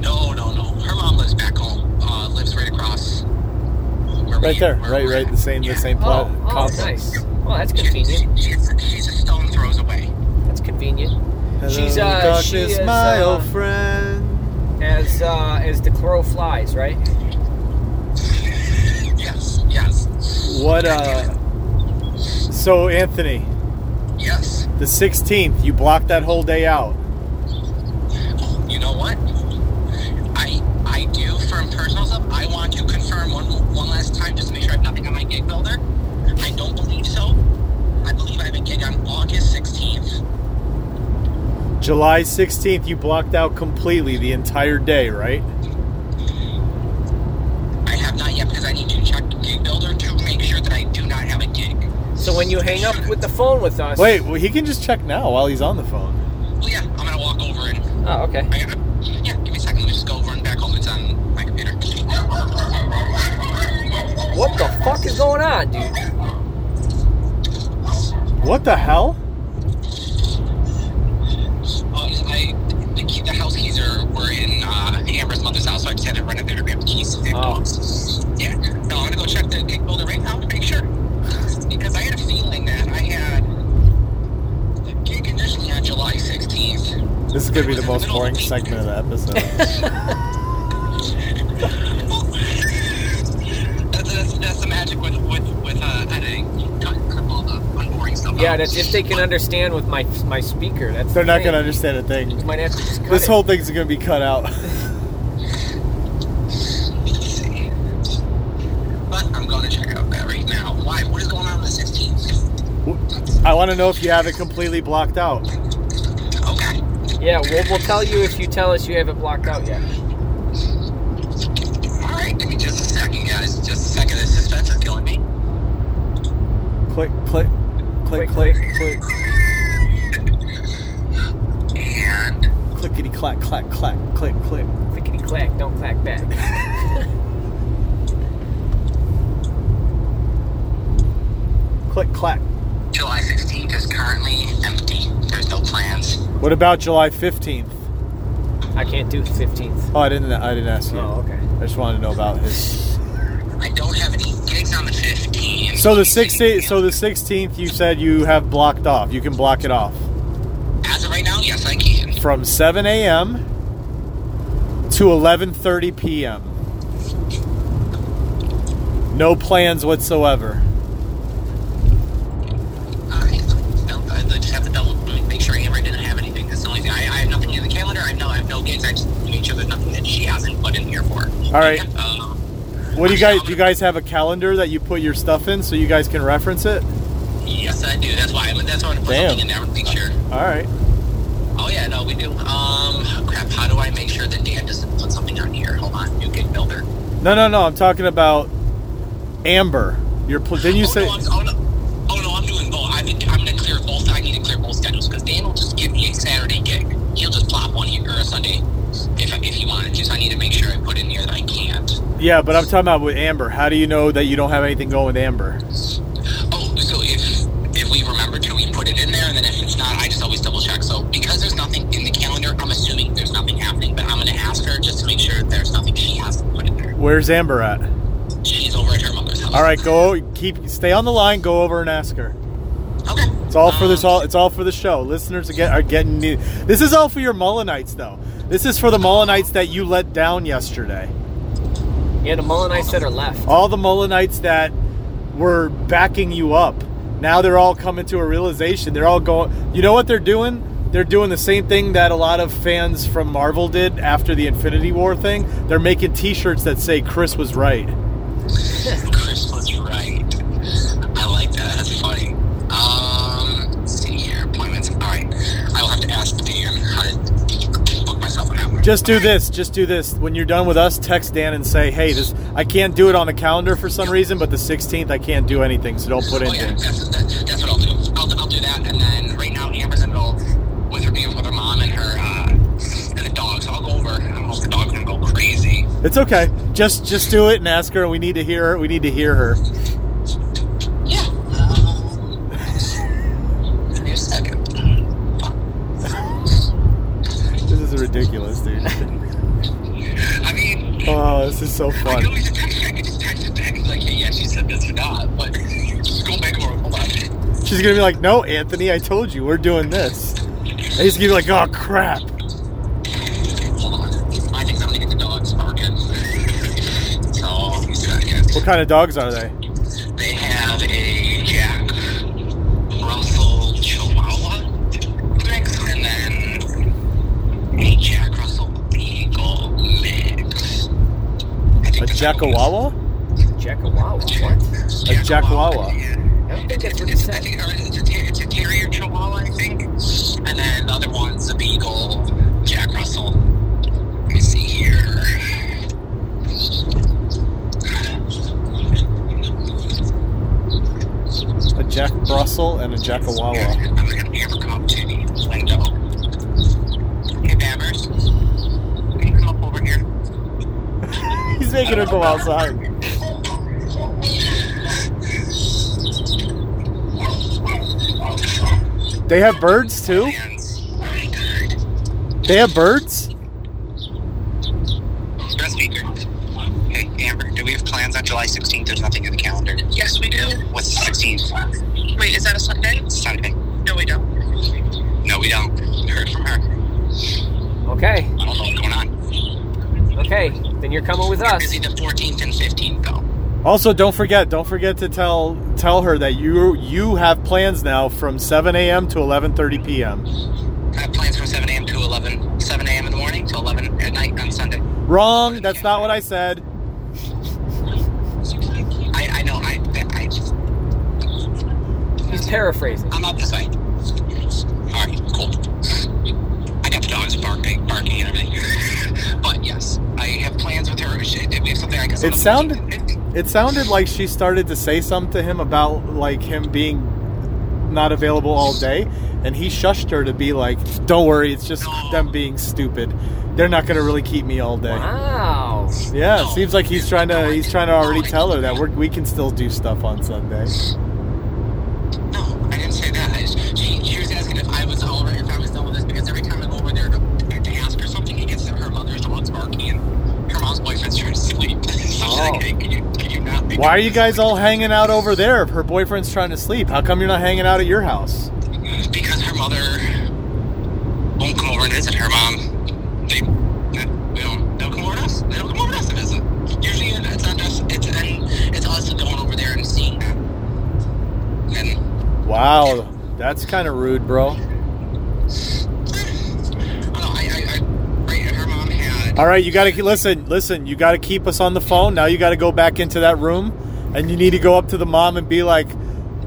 Speaker 3: No, no, no. Her mom lives back home. Uh, lives right across. where we-
Speaker 1: Right there.
Speaker 3: where
Speaker 1: Right.
Speaker 3: we're
Speaker 1: Right.
Speaker 3: at.
Speaker 1: The same. The
Speaker 3: Yeah.
Speaker 1: same
Speaker 2: Oh,
Speaker 1: plot.
Speaker 2: oh
Speaker 1: complex.
Speaker 2: nice. Well, that's
Speaker 3: She- she-
Speaker 2: convenient.
Speaker 3: she's, she's a stone throws away.
Speaker 2: That's convenient.
Speaker 1: Hello,
Speaker 2: She's uh,
Speaker 1: darkness,
Speaker 2: she is
Speaker 1: my
Speaker 2: uh,
Speaker 1: old friend.
Speaker 2: as uh, as DeClaro flies, right?
Speaker 3: Yes, yes,
Speaker 1: What? uh So Anthony,
Speaker 3: yes.
Speaker 1: the 16th, you blocked that whole day out.
Speaker 3: Oh, you know what? I I do firm personal stuff. I want to confirm one one last time just to make sure I have nothing on my gig builder. I don't believe so. I believe I have a gig on August 16th.
Speaker 1: July 16th, you blocked out completely the entire day, right?
Speaker 3: I have not yet because I need to check gig builder to make sure that I do not have a gig.
Speaker 2: So when you hang up with the phone with us,
Speaker 1: Wait, well, he can just check now while he's on the phone.
Speaker 3: Well, Oh, yeah, I'm gonna walk over and
Speaker 2: Oh, okay.
Speaker 3: I gotta, yeah, give me a second. Let me just go over and back home. It's on my computer.
Speaker 2: What the fuck is going on, dude?
Speaker 1: What the hell?
Speaker 3: so I just had to run in there to grab the keys. And
Speaker 2: Oh.
Speaker 3: books. Yeah. No, I'm gonna go check the kick builder right now to make sure. Because I had a feeling that I had the gig initially on July 16th.
Speaker 1: This is gonna be the most boring segment of the episode.
Speaker 3: That's, that's, that's the magic with with with uh, editing. You cut clip all the unboring stuff.
Speaker 2: Yeah,
Speaker 3: out.
Speaker 2: that's if they can understand with my my speaker. That's
Speaker 1: They're
Speaker 2: the
Speaker 1: not
Speaker 2: thing.
Speaker 1: gonna understand a thing.
Speaker 2: Might have to just cut
Speaker 1: This
Speaker 2: it.
Speaker 1: whole thing's gonna be cut out.
Speaker 3: Let's see. But I'm going to check out that right now. Why? What is going on on the 16th?
Speaker 1: I want to know if you have it completely blocked out.
Speaker 3: Okay.
Speaker 2: Yeah, we'll, we'll tell you if you tell us you haven't blocked out yet.
Speaker 3: All right. Give me just a second, guys. Just a second. The suspense is killing me.
Speaker 1: Click, click, click, click,
Speaker 2: Click, click.
Speaker 1: click,
Speaker 3: And
Speaker 1: clickety clack, clack, clack, click, click.
Speaker 2: Clickety clack, don't clack back.
Speaker 1: Click, clack.
Speaker 3: July 16th is currently empty. There's no plans.
Speaker 1: What about July 15th?
Speaker 2: I can't do the 15th.
Speaker 1: Oh, I didn't. I didn't ask you.
Speaker 2: Oh, okay.
Speaker 1: I just wanted to know about his.
Speaker 3: I don't have any gigs on the 15th.
Speaker 1: So the 16th. So the 16th. You said you have blocked off. You can block it off
Speaker 3: As of right now, yes, I can.
Speaker 1: from 7 a.m. to 11:30 p.m. No plans whatsoever.
Speaker 3: I, I just have to double make sure Amber didn't have anything. That's the only thing. I, I have nothing in the calendar. I have no, I have no gigs. I just make sure there's nothing that she hasn't put in here for.
Speaker 1: All right.
Speaker 3: Um,
Speaker 1: What do you guys? Do you guys have a calendar that you put your stuff in so you guys can reference it?
Speaker 3: yes, I do. That's why. I, that's why I put
Speaker 1: Damn.
Speaker 3: something in there. Make sure.
Speaker 1: All right.
Speaker 3: Oh yeah, no, we do. Um, crap. How do I make sure that Dan doesn't put something on here? Hold on. New gig builder.
Speaker 1: No, no, no. I'm talking about Amber. Your pl- didn't you
Speaker 3: oh,
Speaker 1: say?
Speaker 3: No, I'm, oh, no. oh no, I'm doing both. I've been, I'm gonna clear both. I need to clear both schedules because Dan will just give me a Saturday gig. He'll just plop one here or a Sunday if if he wanted to. So I need to make sure I put in here that I can't.
Speaker 1: Yeah, but I'm talking about with Amber. How do you know that you don't have anything going with Amber?
Speaker 3: Oh, so if if we remember to, we put it in there, and then if it's not, I just always double check. So because there's nothing in the calendar, I'm assuming there's nothing happening. But I'm gonna ask her just to make sure there's nothing she has to put in there.
Speaker 1: Where's Amber at?
Speaker 3: She's over at her mother's house.
Speaker 1: All right, go keep stay on the line. Go over and ask her.
Speaker 3: Okay. Um,
Speaker 1: It's all for this. All it's all for the show. Listeners are, get, are getting new. This is all for your Mullinites, though. This is for the Mullinites that you let down yesterday.
Speaker 2: Yeah, the Mullinites that are left.
Speaker 1: All the Mullinites that were backing you up. Now they're all coming to a realization. They're all going. You know what they're doing? They're doing the same thing that a lot of fans from Marvel did after the Infinity War thing. They're making T-shirts that say "Chris was right."
Speaker 3: Chris was right. I like that. That's funny. Um, let's see here. Appointments. All right. I will have to ask Dan how to book myself an hour.
Speaker 1: Just do this. Just do this. When you're done with us, text Dan and say, "Hey, this I can't do it on the calendar for some reason, but the 16th I can't do anything, so don't put
Speaker 3: Oh,
Speaker 1: in
Speaker 3: yeah.
Speaker 1: things."
Speaker 3: That's, that, that's what I'll do. I'll, I'll do that. And then right now, Amber's in the middle with her being with her mom and her, uh, and the dog. So I'll go over. I don't know if the dog's going to go crazy.
Speaker 1: It's okay. Just just do it and ask her. We need to hear her. We need to hear her.
Speaker 3: Yeah. Um, give me a second.
Speaker 1: This is ridiculous, dude.
Speaker 3: I mean,
Speaker 1: Oh, this is so
Speaker 3: I
Speaker 1: fun.
Speaker 3: can always text her. I can just text her back and be like, hey, yeah, she said this or not. But just go back over. Hold on.
Speaker 1: She's gonna be like, "No, Anthony, I told you we're doing this." And he's gonna be like, "Oh crap."
Speaker 3: Hold on. I think I'm going to get the dogs barking. so, he's not good.
Speaker 1: What kind of dogs are they?
Speaker 3: They have a Jack Russell Chihuahua mix and then a Jack Russell Beagle mix. I think
Speaker 1: A
Speaker 3: that's how it is.
Speaker 1: Jackawawa?
Speaker 2: Jack-a-wow, what?
Speaker 3: A
Speaker 1: Jackwawa.
Speaker 3: yeah.
Speaker 2: I don't think that's what it
Speaker 3: It's, I
Speaker 2: said.
Speaker 3: think or it's, a ter- it's a terrier chihuahua, I think. And then the other one's a beagle, Jack Russell. Let me see here.
Speaker 1: A Jack Russell and a Jackawawa.
Speaker 3: I'm not gonna ever come up to the window. Hey, Babbers. Can you come up over here?
Speaker 1: He's making her go outside. They have birds too.
Speaker 3: Oh, Hands. Very good.
Speaker 1: They have birds.
Speaker 3: Stress ends on July 16th. There's nothing in the calendar.
Speaker 4: Yes, we do.
Speaker 3: What's the 16th?
Speaker 4: Wait, is that a Sunday?
Speaker 3: Sunday.
Speaker 4: No, we don't.
Speaker 3: No, we don't. Heard from her.
Speaker 2: Okay,
Speaker 3: I don't know what's going on.
Speaker 2: okay, then you're coming with us.
Speaker 3: Busy the 14th and 15th though.
Speaker 1: Also, don't forget, don't forget to tell tell her that you you have plans now from 7 a.m. to 11:30 p.m.
Speaker 3: I have plans from 7 a.m. to 11, 7 a.m. in the morning to 11 at night on Sunday.
Speaker 1: Wrong. That's not what I said.
Speaker 3: I, I know. I, I just,
Speaker 2: He's paraphrasing.
Speaker 3: I'm out this way. All right, cool. I got the dogs barking, barking and everything. but yes, I have plans with her. She- We have something I guess. on
Speaker 1: It
Speaker 3: the
Speaker 1: sounded-
Speaker 3: 14th.
Speaker 1: It sounded like she started to say something to him about like him being not available all day, and he shushed her to be like, "Don't worry, it's just them being stupid. They're not gonna really keep me all day."
Speaker 2: Wow.
Speaker 1: Yeah, it seems like he's trying to he's trying to already tell her that we're, we can still do stuff on Sunday.
Speaker 3: No, I didn't say that. I just, she, she was asking if I was all right, if I was done with this, because every time I go over there to, to ask her something, it gets her mother's dog's barking and her mom's boyfriend's trying to sleep. so she's like, hey, can you, can you not be
Speaker 1: Oh. Why are
Speaker 3: doing
Speaker 1: you
Speaker 3: this?"
Speaker 1: guys all hanging out over there if her boyfriend's trying to sleep? How come you're not hanging out at your house?
Speaker 3: Because her mother won't come over and visit her mom. They, we don't, they'll come over to us. They'll come over to us and visit. Usually it's not us, it's, and it's us going over there and seeing them. And
Speaker 1: Wow, that's kind of rude, bro.
Speaker 3: I don't know, I, I, I, right, her mom had.
Speaker 1: All right, you got to listen. Listen, you got to keep us on the phone. Now you got to go back into that room, and you need to go up to the mom and be like,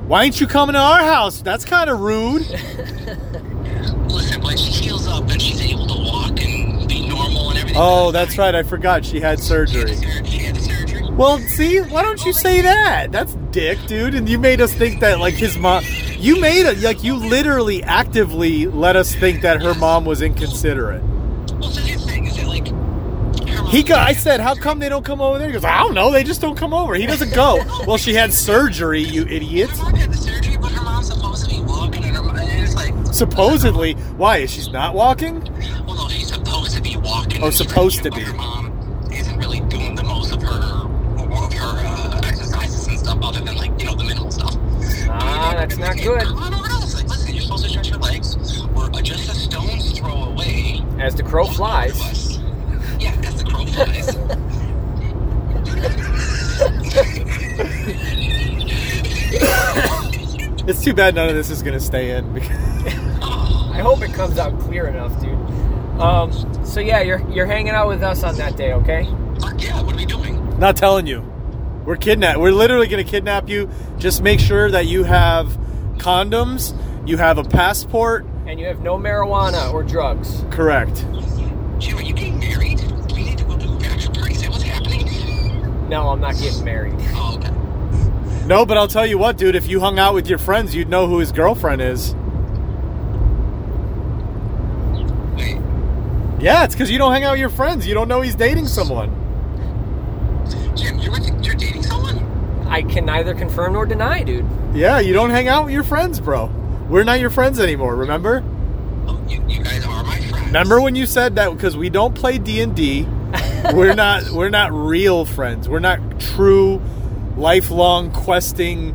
Speaker 1: "Why ain't you coming to our house? That's kind of rude."
Speaker 3: Listen, when she heals up and she's able to walk and be normal and everything.
Speaker 1: Oh, that's right. I forgot she had
Speaker 3: She had, the
Speaker 1: surgery.
Speaker 3: sur- she had the surgery.
Speaker 1: Well, see, why don't you say that? That's dick, dude. And you made us think that like his mom. You made it like you literally actively let us think that her mom was inconsiderate.
Speaker 3: Well, so here's the thing is that, like, her mom
Speaker 1: He go, I said, how come they don't come over there? He goes, I don't know. They just don't come over. He doesn't go. well, she had surgery, you idiot.
Speaker 3: Her mom had the surgery, but her mom's supposed to be walking, and her mom, and it's like,
Speaker 1: Supposedly, why is she's not walking?
Speaker 3: well, no, she's supposed to be walking.
Speaker 1: Oh,
Speaker 3: and
Speaker 1: supposed
Speaker 3: stretching,
Speaker 1: to
Speaker 3: but
Speaker 1: be.
Speaker 3: Her mom isn't really doing the most of her of her uh, exercises and stuff, other than like you know the minimal stuff.
Speaker 2: Ah, that's not good.
Speaker 3: Come on over to us. Like, listen, you're supposed to stretch your legs. We're uh, just a stone's throw away.
Speaker 2: As the crow flies.
Speaker 3: Yeah, as the crow flies.
Speaker 1: It's too bad none of this is gonna stay in. because-
Speaker 2: I hope it comes out clear enough, dude. Um, so yeah, you're you're hanging out with us on that day, okay?
Speaker 3: Fuck yeah! What are we doing?
Speaker 1: not telling you. We're kidnapped. We're literally gonna kidnap you. Just make sure that you have condoms, you have a passport.
Speaker 2: And you have no marijuana or drugs.
Speaker 1: Correct.
Speaker 3: Jim, are you getting married? We need to go to the actual party. Say what's happening.
Speaker 2: No, I'm not getting married.
Speaker 3: Oh, okay.
Speaker 1: No, but I'll tell you what, dude. If you hung out with your friends, you'd know who his girlfriend is.
Speaker 3: Wait.
Speaker 1: Yeah, it's because you don't hang out with your friends. You don't know he's dating someone.
Speaker 3: Jim, you're, with, you're dating someone?
Speaker 2: I can neither confirm nor deny, dude.
Speaker 1: Yeah, you don't hang out with your friends, bro. We're not your friends anymore. Remember?
Speaker 3: Oh, you, you guys are my friends.
Speaker 1: Remember when you said that? Because we don't play D and D. We're not. We're not real friends. We're not true, lifelong questing,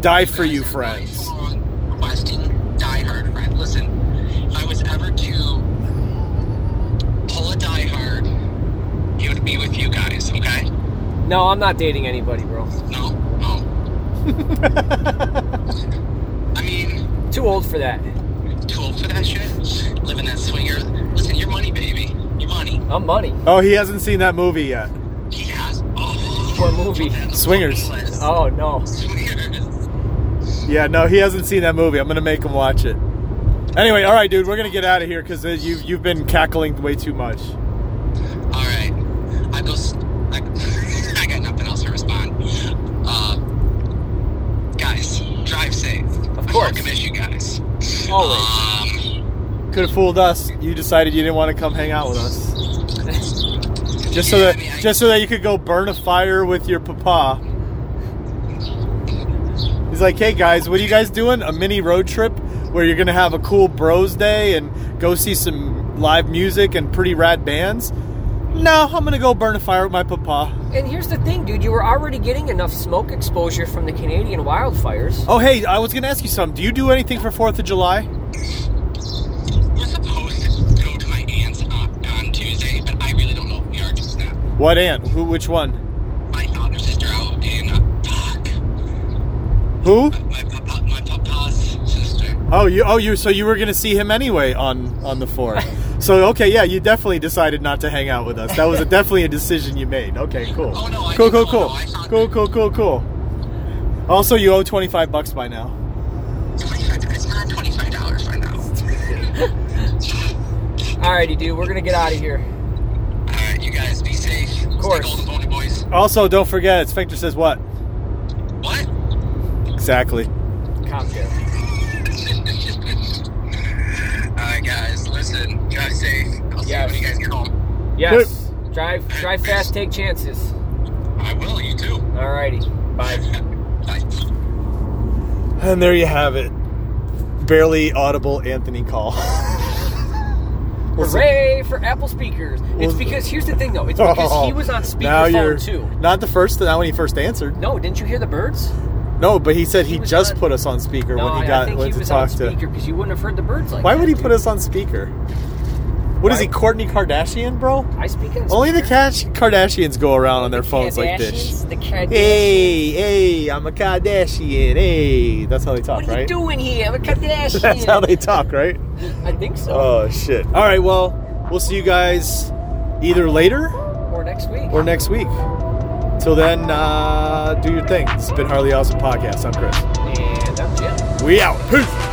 Speaker 1: die for you friends.
Speaker 3: Lifelong, Questing diehard friend. Listen, if I was ever to pull a diehard, it would be with you guys, okay?
Speaker 2: No, I'm not dating anybody, bro.
Speaker 3: No? No. I mean,
Speaker 2: Too old for that.
Speaker 3: too old for that shit. Living that swinger. Listen, your money, baby. Your money.
Speaker 2: I'm money.
Speaker 1: Oh, he hasn't seen that movie yet.
Speaker 3: He has. Oh,
Speaker 2: What movie?
Speaker 1: Swingers.
Speaker 3: Oh.
Speaker 2: Oh no.
Speaker 3: Swingers.
Speaker 1: Yeah, no, he hasn't seen that movie. I'm gonna make him watch it. Anyway, all right, dude, we're gonna get out of here because you've you've been cackling way too much.
Speaker 3: All right. I go. s- I, I got nothing else to respond. Uh, guys, drive safe. Of
Speaker 2: course.
Speaker 3: I'm gonna miss you guys.
Speaker 2: Always.
Speaker 3: Um,
Speaker 1: Could have fooled us. You decided you didn't want to come hang out with us. Just so that just so that you could go burn a fire with your papa. He's like, hey guys, what are you guys doing? A mini road trip where you're gonna have a cool bros day and go see some live music and pretty rad bands. No, I'm gonna go burn a fire with my papa.
Speaker 2: And here's the thing, dude. You were already getting enough smoke exposure from the Canadian wildfires.
Speaker 1: Oh, hey, I was gonna ask you something. Do you do anything for Fourth of July?
Speaker 3: We're supposed to go to my aunt's on, on Tuesday, but I really don't know if we are just now.
Speaker 1: What aunt? Who? Which one?
Speaker 3: My father's sister out in uh, fuck.
Speaker 1: Who?
Speaker 3: My papa, my papa's sister.
Speaker 1: Oh, you. Oh, you. So you were gonna see him anyway on on the fourth. So okay, yeah, you definitely decided not to hang out with us. That was a, definitely a decision you made. Okay, cool.
Speaker 3: Oh, no, I
Speaker 1: cool, cool,
Speaker 3: didn't- oh,
Speaker 1: cool,
Speaker 3: no, I saw
Speaker 1: cool, cool, cool, cool. Also, you owe twenty five bucks by now.
Speaker 3: Twenty-five. It's not twenty-five dollars right now.
Speaker 2: Alrighty, dude. We're gonna get out of here.
Speaker 3: All right, you guys, be safe. Of
Speaker 2: course.
Speaker 3: Stay golden pony boys.
Speaker 1: Also, don't forget, Spectre says what?
Speaker 3: What?
Speaker 1: Exactly.
Speaker 2: Cop there.
Speaker 3: All right, guys, listen. Drive safe. I'll see you
Speaker 2: Yes.
Speaker 3: when you guys get home.
Speaker 2: Yes. Drive, drive fast. Take chances.
Speaker 3: I will. You too.
Speaker 2: Alrighty. Bye.
Speaker 3: Bye.
Speaker 1: And there you have it. Barely audible Anthony call.
Speaker 2: Hooray for Apple speakers! It's because here's the thing, though. It's because he was on
Speaker 1: Oh. Now you're
Speaker 2: speakerphone too.
Speaker 1: Not the first. Not when he first answered.
Speaker 2: No, didn't you hear the birds?
Speaker 1: No, but he said he,
Speaker 2: He was
Speaker 1: just
Speaker 2: on-
Speaker 1: put us on speaker
Speaker 2: No,
Speaker 1: when
Speaker 2: I-
Speaker 1: he got
Speaker 2: I think
Speaker 1: went
Speaker 2: he
Speaker 1: to
Speaker 2: was on
Speaker 1: talk to.
Speaker 2: speaker because you wouldn't have heard the birds like
Speaker 1: Why
Speaker 2: that,
Speaker 1: would he
Speaker 2: dude.
Speaker 1: put us on speaker? What is
Speaker 2: Why?
Speaker 1: he, Courtney Kardashian, bro?
Speaker 2: I speak on
Speaker 1: Only the
Speaker 2: speaker.
Speaker 1: Kash- Kardashians go around on their phones like this.
Speaker 2: Kardashians, The Kardashians.
Speaker 1: Hey, hey, I'm a Kardashian. Hey, that's how they talk,
Speaker 2: what are
Speaker 1: right?
Speaker 2: you doing here? I'm a Kardashian.
Speaker 1: That's how they talk, right?
Speaker 2: I think so.
Speaker 1: Oh shit! All right, well, we'll see you guys either later
Speaker 2: or next week.
Speaker 1: Oh. or next week. Till then, uh, do your thing. It's been Harley Awesome Podcast. I'm Chris.
Speaker 2: and I'm Jim.
Speaker 1: We out. Peace.